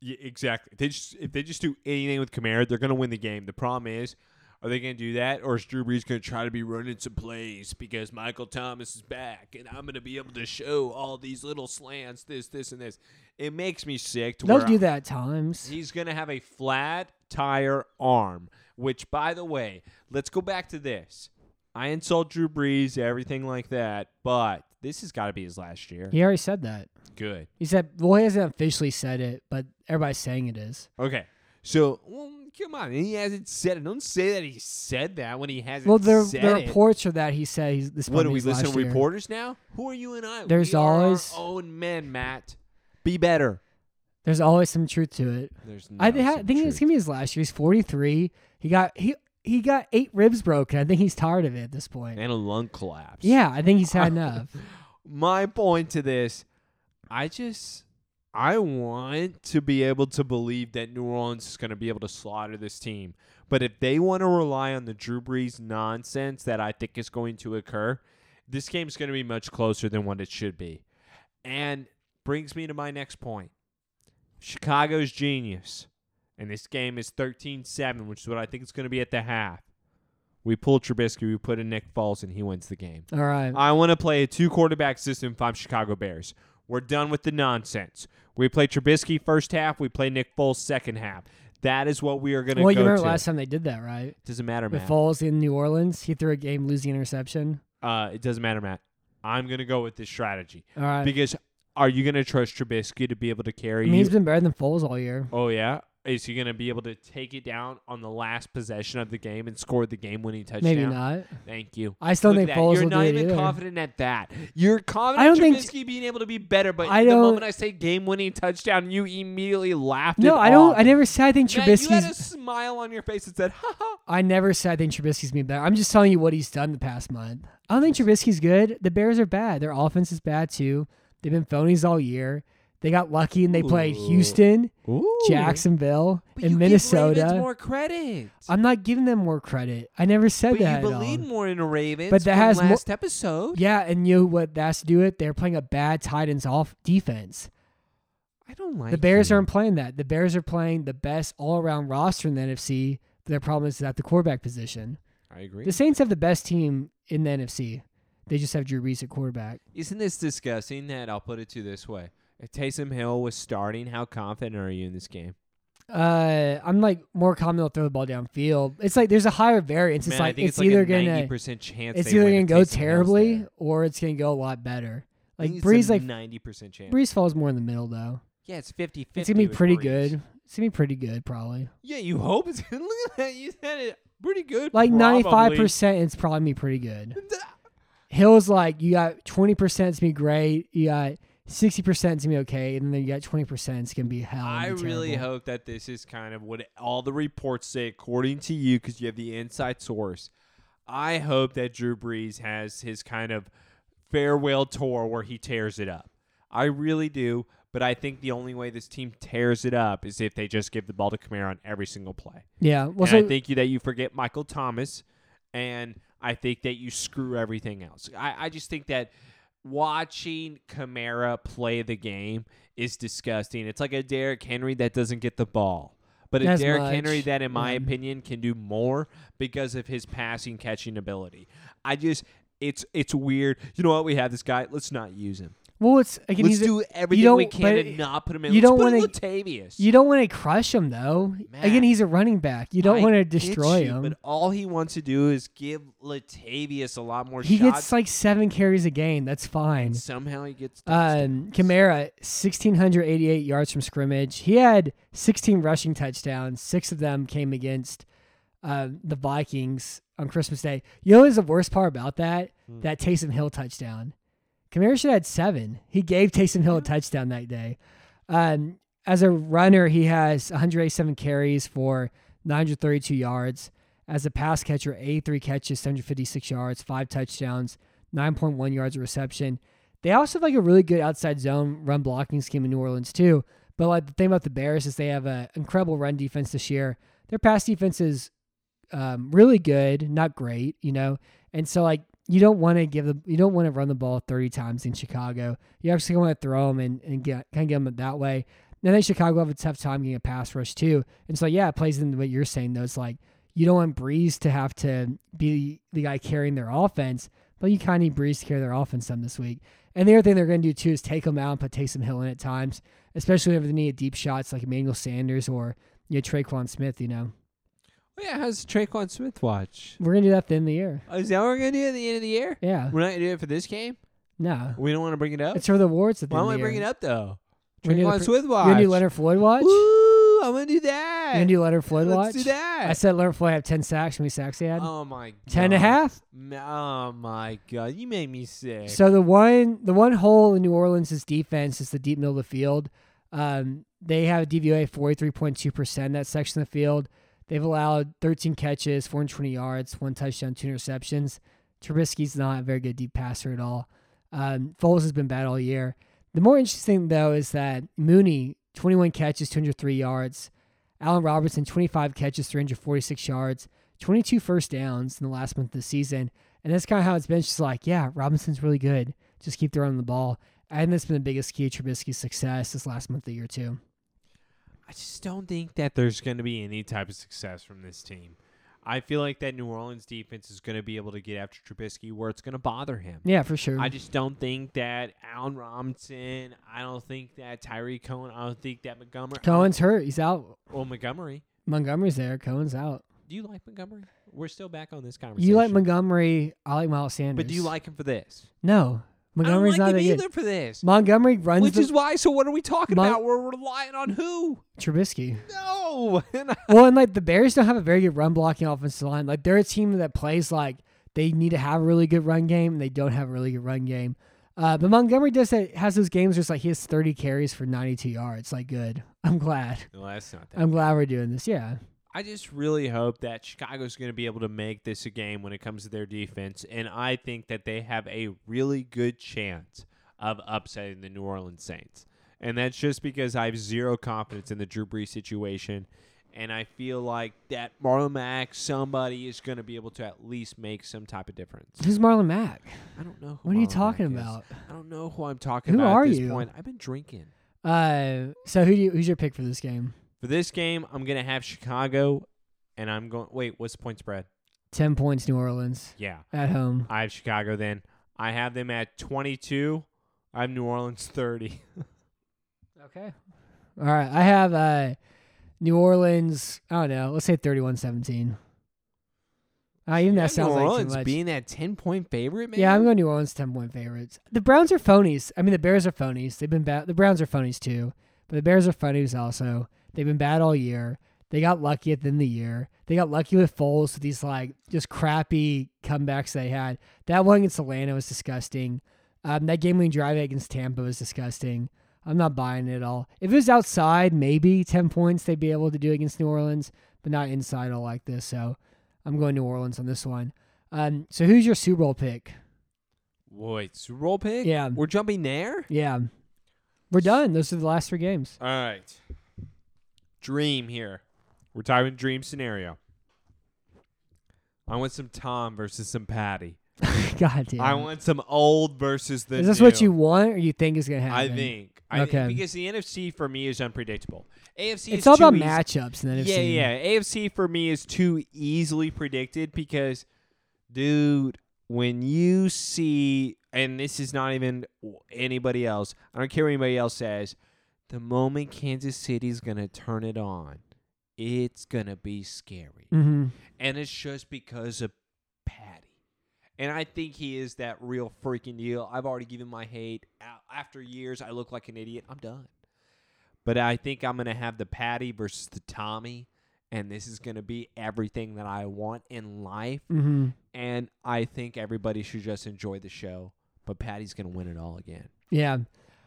S3: Yeah, exactly. If they just if they just do anything with Kamara, they're gonna win the game. The problem is, are they gonna do that, or is Drew Brees gonna try to be running some plays because Michael Thomas is back, and I'm gonna be able to show all these little slants, this, this, and this. It makes me sick. To
S2: they'll
S3: where
S2: do
S3: I-
S2: that at times.
S3: He's going to have a flat tire arm, which, by the way, let's go back to this. I insult Drew Brees, everything like that, but this has got to be his last year.
S2: He already said that.
S3: Good.
S2: He said, well, he hasn't officially said it, but everybody's saying it is.
S3: Okay. So, well, come on. He hasn't said it. Don't say that he said that when he hasn't
S2: Well, the,
S3: said
S2: the
S3: it.
S2: reports are that he said he's this.
S3: What
S2: probably
S3: do we
S2: his
S3: listen
S2: last
S3: to
S2: year.
S3: reporters now? Who are you and I?
S2: There's
S3: we are
S2: always-
S3: our own men, Matt. Be better.
S2: There's always some truth to it.
S3: There's
S2: I,
S3: no
S2: thi- I
S3: some
S2: think it's
S3: truth.
S2: gonna be his last year. He's 43. He got he he got eight ribs broken. I think he's tired of it at this point.
S3: and a lung collapse.
S2: Yeah, I think he's had enough.
S3: My point to this, I just I want to be able to believe that New Orleans is going to be able to slaughter this team. But if they want to rely on the Drew Brees nonsense that I think is going to occur, this game's going to be much closer than what it should be. And brings me to my next point. Chicago's genius. And this game is 13 7, which is what I think it's going to be at the half. We pull Trubisky, we put in Nick Foles, and he wins the game.
S2: All right.
S3: I want to play a two quarterback system if I'm Chicago Bears. We're done with the nonsense. We play Trubisky first half. We play Nick Foles second half. That is what we are going
S2: Well, you
S3: go
S2: remember
S3: to.
S2: last time they did that, right?
S3: doesn't matter,
S2: With
S3: Matt.
S2: Foles in New Orleans, he threw a game losing interception.
S3: Uh, it doesn't matter, Matt. I'm going to go with this strategy
S2: All right.
S3: because are you going to trust Trubisky to be able to
S2: I
S3: carry
S2: mean, he's
S3: you?
S2: been better than Foles all year.
S3: Oh yeah, Is he going to be able to take it down on the last possession of the game and score the game-winning touchdown?
S2: Maybe not.
S3: Thank you.
S2: I still
S3: Look
S2: think
S3: at that.
S2: Foles
S3: You're
S2: will do
S3: not
S2: it
S3: even
S2: either.
S3: confident at that. You're confident.
S2: I don't think-
S3: Trubisky being able to be better, but
S2: I
S3: the
S2: don't-
S3: moment I say game-winning touchdown, you immediately laughed.
S2: No,
S3: it
S2: I don't.
S3: off.
S2: I never said I think
S3: Matt, you had a
S2: Trubisky's.
S3: smile on your face that said, "Ha ha."
S2: I never said I think Trubisky's been better. I'm just telling you what he's done the past month. I don't think Trubisky's good. The Bears are bad. Their offense is bad too. They've been phonies all year. They got lucky and they played
S3: Ooh.
S2: Houston,
S3: Ooh.
S2: Jacksonville,
S3: But you
S2: and
S3: give
S2: Minnesota.
S3: Ravens more credit.
S2: I'm not giving them more credit. I never said
S3: but
S2: that.
S3: you
S2: at all.
S3: believe more in the
S2: um,
S3: Ravens.
S2: But that
S3: from
S2: has mo-
S3: last episode.
S2: Yeah, and you know what that's to do it? They're playing a bad Titans off defense.
S3: I don't like
S2: The Bears
S3: you.
S2: aren't playing that. The Bears are playing the best all around roster in the NFC. Their problem is at the quarterback position.
S3: I agree.
S2: The Saints have the best team in the NFC. They just have Drew Brees at quarterback.
S3: Isn't this disgusting? That I'll put it to you this way: If Taysom Hill was starting, how confident are you in this game?
S2: Uh, I'm like more common they'll throw the ball downfield. It's like there's a higher variance. It's
S3: Man, I
S2: like
S3: think
S2: it's,
S3: it's, like
S2: either
S3: a ninety
S2: gonna
S3: percent chance.
S2: it's
S3: they
S2: either gonna
S3: win if
S2: go
S3: Taysom Hill's
S2: terribly
S3: there.
S2: or it's gonna go a lot better.
S3: I
S2: Like
S3: think it's a
S2: Brees, like
S3: ninety percent chance.
S2: Brees falls more in the middle though.
S3: yeah, it's 50
S2: It's gonna be pretty good. It's gonna be pretty good probably.
S3: Yeah, you hope it's good. Look at that. You said it pretty good.
S2: Like ninety five
S3: probably.
S2: percent, it's probably gonna be pretty good.
S3: Th-
S2: Hill's like you got twenty percent to be great, you got sixty percent to be okay, and then you got twenty percent gonna be hell.
S3: I
S2: and be
S3: really
S2: terrible.
S3: hope that this is kind of what all the reports say, according to you, because you have the inside source. I hope that Drew Brees has his kind of farewell tour where he tears it up. I really do, but I think the only way this team tears it up is if they just give the ball to Kamara on every single play.
S2: Yeah, well,
S3: and
S2: so
S3: I think you, that you forget Michael Thomas, and I think that you screw everything else. I, I just think that watching Kamara play the game is disgusting. It's like a Derrick Henry that doesn't get the ball. But a
S2: As
S3: Derrick
S2: much,
S3: Henry that, in my
S2: yeah.
S3: opinion, can do more because of his passing catching ability. I just, it's it's weird. You know what? We have this guy. Let's not use him.
S2: well, it's again,
S3: Let's
S2: he's a-
S3: do everything
S2: don't-
S3: we
S2: but
S3: can and not put him in.
S2: you
S3: Let's
S2: don't
S3: put in
S2: wanna-
S3: Latavius.
S2: you don't want to crush him though. Again,
S3: Matt,
S2: he's a running back. You don't
S3: I
S2: want to
S3: get
S2: destroy
S3: you,
S2: him.
S3: But all he wants to do is give Latavius a lot more
S2: he
S3: shots.
S2: gets like seven carries a game. That's fine.
S3: and somehow he gets.
S2: Um, Kamara, 1,688 yards from scrimmage. He had 16 rushing touchdowns. Six of them came against um, the Vikings on Christmas Day. You know what is the worst part about that? That Taysom Hill touchdown. Kamara should have had seven. He gave Taysom Hill a touchdown that day. Um, as a runner, he has 187 carries for 932 yards. As a pass catcher, 83 catches, 756 yards, five touchdowns, 9.1 yards of reception. They also have like a really good outside zone run blocking scheme in New Orleans too. But like the thing about the Bears is they have an incredible run defense this year. Their pass defense is um, really good, not great, you know. And so like you don't want to give the you don't want to run the ball thirty times in Chicago. You actually want to throw them and, and get kind of get them that way. And I think Chicago have a tough time getting a pass rush too. And so yeah, it plays into what you're saying though. It's like you don't want Breeze to have to be the guy carrying their offense, but you kind of need Breeze to carry their offense some this week. And the other thing they're going to do too is take him out and put Taysom Hill in at times, especially whenever they need deep shots like Emmanuel Sanders or you know Traquan Smith. You know
S3: Oh, yeah, how's Traquan Smith watch?
S2: we're going to do that at the end of the year.
S3: Oh, is that what we're gonna do at the end of the year?
S2: Yeah,
S3: We're not gonna do it for this game.
S2: no,
S3: We don't want to bring it up.
S2: it's for the awards at the
S3: Why
S2: end of
S3: don't I
S2: the
S3: bring it
S2: year.
S3: up though?
S2: We're gonna do the
S3: Traquan
S2: pr-
S3: Smith watch.
S2: You gonna do Leonard Floyd watch? You
S3: Ooh, I'm gonna do that.
S2: gonna do Leonard Floyd
S3: Let's
S2: watch?
S3: do that.
S2: I said Leonard Floyd have ten sacks. How many sacks he had?
S3: oh my.
S2: Ten and a
S3: God.
S2: half.
S3: Ma- Oh my god, you made me sick.
S2: So the one the one hole in New Orleans' defense is the deep middle of the field. Um, they have a DVOA forty three point two percent that section of the field. They've allowed thirteen catches, four hundred twenty yards, one touchdown, two interceptions. Trubisky's not a very good deep passer at all. Um, Foles has been bad all year. The more interesting though is that Mooney twenty one catches, two hundred three yards. Allen Robertson, 25 catches, 346 yards, 22 first downs in the last month of the season. And that's kind of how it's been. It's just like, yeah, Robinson's really good. Just keep throwing the ball. And that's been the biggest key to Trubisky's success this last month of the year, too.
S3: I just don't think that there's going to be any type of success from this team. I feel like that New Orleans defense is going to be able to get after Trubisky where it's going to bother him.
S2: Yeah, for sure.
S3: I just don't think that Allen Robinson, I don't think that Tyree Cohen, I don't think that Montgomery. uh,
S2: Cohen's hurt. He's out.
S3: Well, Montgomery.
S2: Montgomery's there. Cohen's out.
S3: Do you like Montgomery? We're still back on this conversation.
S2: You like Montgomery. I like Miles Sanders.
S3: But do you like him for this?
S2: No. Montgomery's
S4: I don't
S2: not
S4: like
S2: that
S4: him
S2: good.
S4: either for this.
S2: Montgomery runs
S4: Which
S2: the
S4: is why. So what are we talking
S2: Mon-
S4: about? We're relying on who?
S2: Trubisky.
S4: No. And I-
S2: well, and like the Bears don't have a very good run blocking offensive line. Like they're a team that plays like they need to have a really good run game, and they don't have a really good run game. Uh, but Montgomery does that has those games where it's like he has 30 carries for 92 yards. Like good. I'm glad.
S3: No, that's not that.
S2: I'm glad we're doing this. Yeah.
S3: I just really hope that Chicago's going to be able to make this a game when it comes to their defense, and I think that they have a really good chance of upsetting the New Orleans Saints. And that's just because I have zero confidence in the Drew Brees situation, and I feel like that Marlon Mack, somebody is going to be able to at least make some type of difference.
S2: Who's Marlon Mack?
S3: I don't know. Who
S2: What are you
S3: Marlon
S2: talking
S3: Mack is.
S2: about?
S3: I don't know who I'm talking
S2: Who
S3: about
S2: are
S3: at this
S2: you?
S3: point. I've been drinking.
S2: Uh, so who do you, who's your pick for this game?
S3: For this game, I'm going to have Chicago, and I'm going. Wait, what's the point spread?
S2: 10 points, New Orleans
S3: Yeah.
S2: at home.
S3: I have Chicago then. I have them at 22. I have New Orleans 30.
S2: Okay. All right. I have uh, New Orleans, I don't know, let's say 31 17. Uh, even that sounds
S3: New Orleans
S2: like too much.
S3: being that 10 point favorite, man.
S2: yeah, I'm going New Orleans 10 point favorites. The Browns are phonies. I mean, the Bears are phonies. They've been bad. The Browns are phonies too, but the Bears are phonies also. They've been bad all year. They got lucky at the end of the year. They got lucky with Foles with these like just crappy comebacks they had. That one against Atlanta was disgusting. Um, that game winning drive against Tampa was disgusting. I'm not buying it at all. If it was outside, maybe 10 points they'd be able to do against New Orleans, but not inside all like this. So I'm going New Orleans on this one. Um, so who's your Super Bowl pick?
S3: Wait, Super Bowl pick?
S2: Yeah.
S3: We're jumping there?
S2: Yeah. We're done. Those are the last three games.
S3: All right. Dream here. We're talking dream scenario. I want some Tom versus some Patty.
S2: God damn.
S3: I
S2: it.
S3: want some old versus the
S2: is this
S3: new.
S2: what you want or you think is going to
S3: I
S2: happen?
S3: think. I think-
S2: Okay.
S3: because the NFC for me is unpredictable. AFC
S2: It's
S3: is
S2: all
S3: too
S2: about
S3: easy.
S2: matchups in the
S3: Yeah,
S2: NFC.
S3: yeah. AFC for me is too easily predicted because, dude, when you see, and this is not even anybody else, I don't care what anybody else says, the moment Kansas City's going to turn it on, it's going to be scary.
S2: Mm-hmm.
S3: And it's just because of Patty. And I think he is that real freaking deal. I've already given my hate. A- After years, I look like an idiot. I'm done. But I think I'm going to have the Patty versus the Tommy. And this is going to be everything that I want in life.
S2: Mm-hmm.
S3: And I think everybody should just enjoy the show. But Patty's going to win it all again.
S2: Yeah.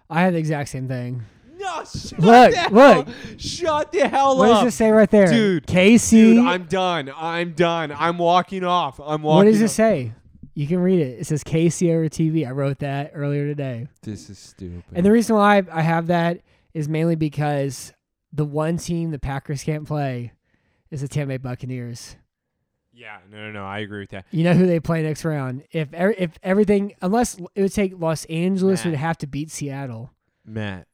S2: I had the exact same thing.
S3: No, shut
S2: Look,
S3: the
S2: look.
S3: hell- Shut the hell
S2: What
S3: up.
S2: does it say right there?
S3: Dude,
S2: Casey.
S3: Dude, I'm done. I'm done. I'm walking off. I'm
S2: what
S3: walking
S2: does it
S3: off.
S2: say? You can read it. It says Casey over TV. I wrote that earlier today.
S3: This is stupid.
S2: And the reason why I have that is mainly because the one team the Packers can't play is the Tampa Bay Buccaneers.
S3: Yeah, no, no, no. I agree with that.
S2: You know who they play next round. If er- if everything, unless it would take Los Angeles would
S3: Nah.
S2: have to beat Seattle.
S3: Matt,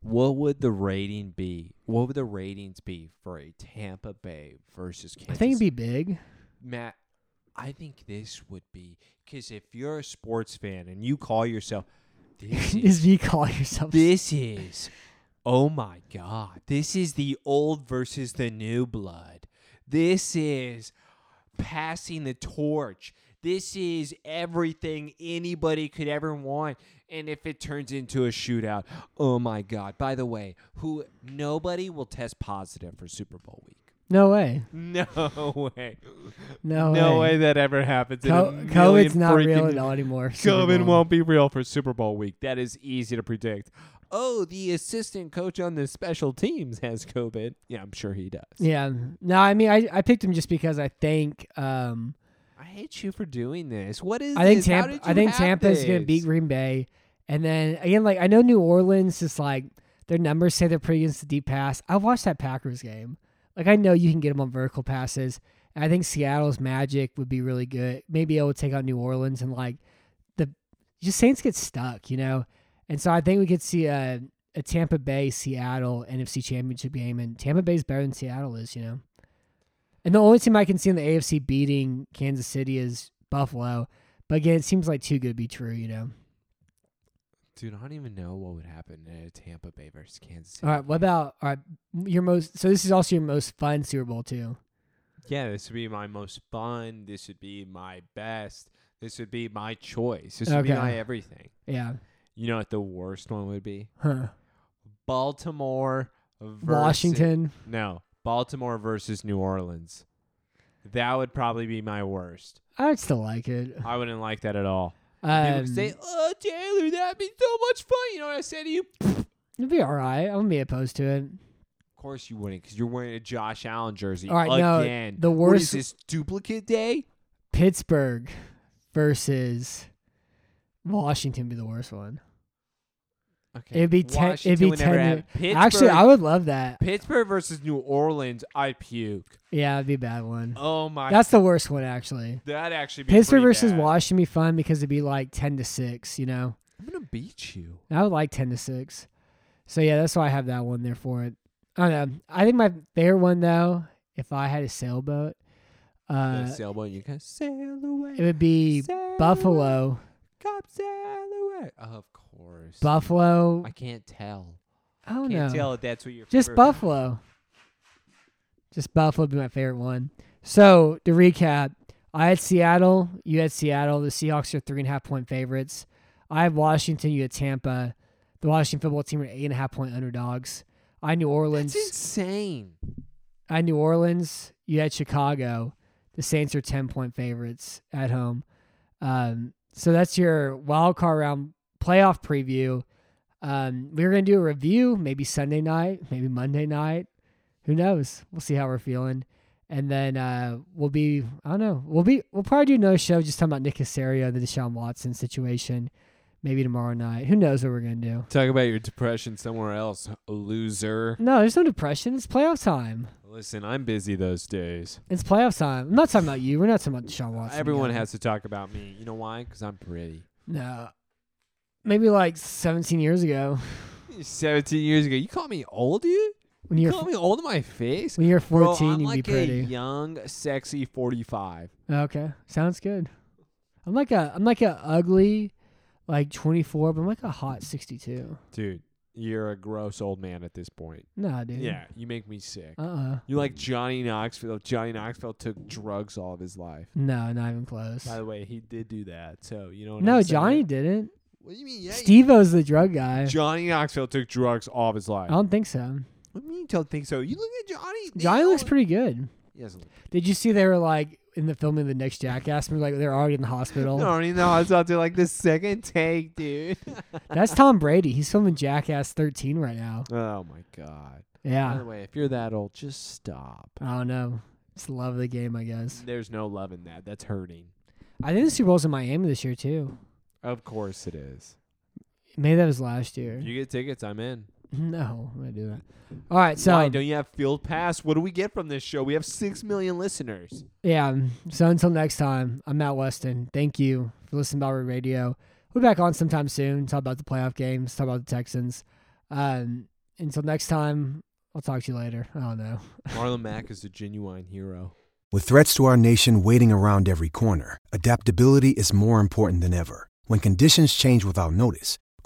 S3: what would the rating be? What would the ratings be for a Tampa Bay versus Kansas?
S2: I think it'd be big.
S3: Matt. I think this would be because if you're a sports fan and you call yourself this is
S2: Is you call yourself?
S3: this is oh my god this is the old versus the new blood this is passing the torch this is everything anybody could ever want and if it turns into a shootout oh my god by the way who nobody will test positive for super bowl week
S2: No way.
S3: no way
S2: No. way.
S3: that ever happens in a
S2: Co-
S3: million
S2: COVID's not real
S3: freaking
S2: at all anymore. Super
S3: COVID
S2: Bowl.
S3: won't be real for Super Bowl week. That is easy to predict. Oh, the assistant coach on the special teams has COVID. Yeah, I'm sure he does.
S2: Yeah. No, I mean, I, I picked him just because I think um
S3: I hate you for doing this. What is
S2: I think
S3: this? How
S2: Tampa
S3: did
S2: I
S3: you
S2: think
S3: have
S2: Tampa is gonna
S3: this?
S2: beat Green Bay, and then again, like I know New Orleans is like their numbers say they're pretty against the deep pass. I watched that Packers game. Like I know you can get them on vertical passes. And I think Seattle's magic would be really good. Maybe able to take out New Orleans and like the just Saints get stuck, you know. And so I think we could see a, a Tampa Bay Seattle NFC Championship game, and Tampa Bay's better than Seattle is, you know. And the only team I can see in the AFC beating Kansas City is Buffalo. But again, it seems like too good to be true, you know.
S3: Dude, I don't even know what would happen in a Tampa Bay versus Kansas City.
S2: All right, what about all right your most? So this is also your most fun Super Bowl too.
S3: Yeah, this would be my most fun. This would be my best. This would be my choice. This would be
S2: Okay.
S3: my everything.
S2: Yeah.
S3: You know what the worst one would be?
S2: Huh.
S3: Baltimore versus
S2: Washington.
S3: No, Baltimore versus New Orleans. That would probably be my worst.
S2: I'd still like it.
S3: I wouldn't like that at all. People
S2: Um,
S3: say, "Oh, Taylor, that'd be so much fun." You know what I say to you?
S2: it'd be all right. I wouldn't be opposed to it.
S3: Of course you wouldn't, because you're wearing a Josh Allen jersey
S2: All right, no,
S3: again.
S2: the
S3: What is
S2: worst-
S3: this duplicate day?
S2: Pittsburgh versus Washington be the worst one.
S3: Okay,
S2: It'd be ten. it'd
S3: Washington
S2: be
S3: would never
S2: ten.
S3: have-
S2: to-
S3: Pittsburgh,
S2: Actually, I would love that.
S3: Pittsburgh versus New Orleans. I puke.
S2: Yeah, it'd be a bad one.
S3: Oh my!
S2: That's the worst one, actually.
S3: that actually be
S2: Pittsburgh
S3: pretty
S2: versus
S3: bad.
S2: Washington be fun because it'd be like ten to six. You know,
S3: I'm gonna beat you.
S2: And I would like ten to six. So yeah, that's why I have that one there for it. I don't know. I think my favorite one though, if I had a sailboat,
S3: The
S2: uh,
S3: sailboat. You can sail away.
S2: it would be
S3: sail away,
S2: Buffalo.
S3: Come sail away. Of course.
S2: Buffalo.
S3: I can't tell.
S2: I don't
S3: can't
S2: know.
S3: tell if that's what you're.
S2: Oh, Just Buffalo. Just Buffalo would be my favorite one. So to recap, I had Seattle, you had Seattle. The Seahawks are three and a half point favorites. I had Washington, you had Tampa. The Washington football team are eight and a half point underdogs. I had New Orleans.
S3: It's insane.
S2: I had New Orleans. You had Chicago. The Saints are ten point favorites at home. Um, so that's your wild card round playoff preview. Um, we're gonna do a review, maybe Sunday night, maybe Monday night. Who knows? We'll see how we're feeling, and then uh, we'll be I don't know. We'll be we'll probably do another show just talking about Nick Casario, the Deshaun Watson situation. Maybe tomorrow night. Who knows what we're gonna do?
S3: Talk about your depression somewhere else, loser.
S2: No, there's no depression. It's playoff time.
S3: Listen, I'm busy those days.
S2: It's playoff time. I'm not talking about you. We're not talking about Deshaun Watson.
S3: Everyone
S2: again.
S3: has to talk about me. You know why? Because I'm pretty.
S2: No. Maybe like 17 years ago
S3: 17 years ago, you call me old, dude.
S2: when
S3: You
S2: you're
S3: call me old in my face.
S2: when you're
S3: Bro,
S2: 14
S3: I'm
S2: you'd
S3: like
S2: be
S3: a
S2: pretty.
S3: young, sexy 45.
S2: Okay. Sounds good. I'm like a I'm like a ugly like 24, but I'm like a hot 62.
S3: Dude, you're a gross old man at this point.
S2: Nah, dude.
S3: Yeah, you make me sick.
S2: Uh-uh.
S3: You're like Johnny Knoxville. Johnny Knoxville took drugs all of his life.
S2: No, not even close.
S3: By the way, he did do that. So you know. What
S2: No,
S3: I'm
S2: Johnny
S3: saying?
S2: didn't.
S3: What do you mean? Yeah, he-
S2: Steve-O's the drug guy.
S3: Johnny Knoxville took drugs all of his life.
S2: I don't think so.
S3: What do you mean? You don't think so? You look at Johnny. they
S2: Johnny looks
S3: all-
S2: pretty good.
S3: He doesn't look-
S2: Did you see they were like in the filming of the next Jackass movie like they're already in the hospital?
S3: I don't even know. I was out there like the second take, dude.
S2: That's Tom Brady. He's filming Jackass 13 right now.
S3: oh my god. By
S2: Yeah.
S3: the way, if you're that old, just stop.
S2: I don't know. It's the love of the game, I guess.
S3: There's no love in that. That's hurting.
S2: I think the Super Bowl's in Miami this year too.
S3: Of course it is.
S2: Maybe that was last year.
S3: You get tickets, I'm in.
S2: No, I'm gonna do that. All right, so
S3: Why don't you have field pass? What do we get from this show? We have six million listeners.
S2: yeah, so until next time, I'm Matt Weston. Thank you for listening to Ballroom Radio. We'll be back on sometime soon. Talk about the playoff games. Talk about the Texans. Um, until next time, I'll talk to you later. I don't know.
S3: Marlon Mack is a genuine hero.
S5: With threats to our nation waiting around every corner, adaptability is more important than ever. When conditions change without notice,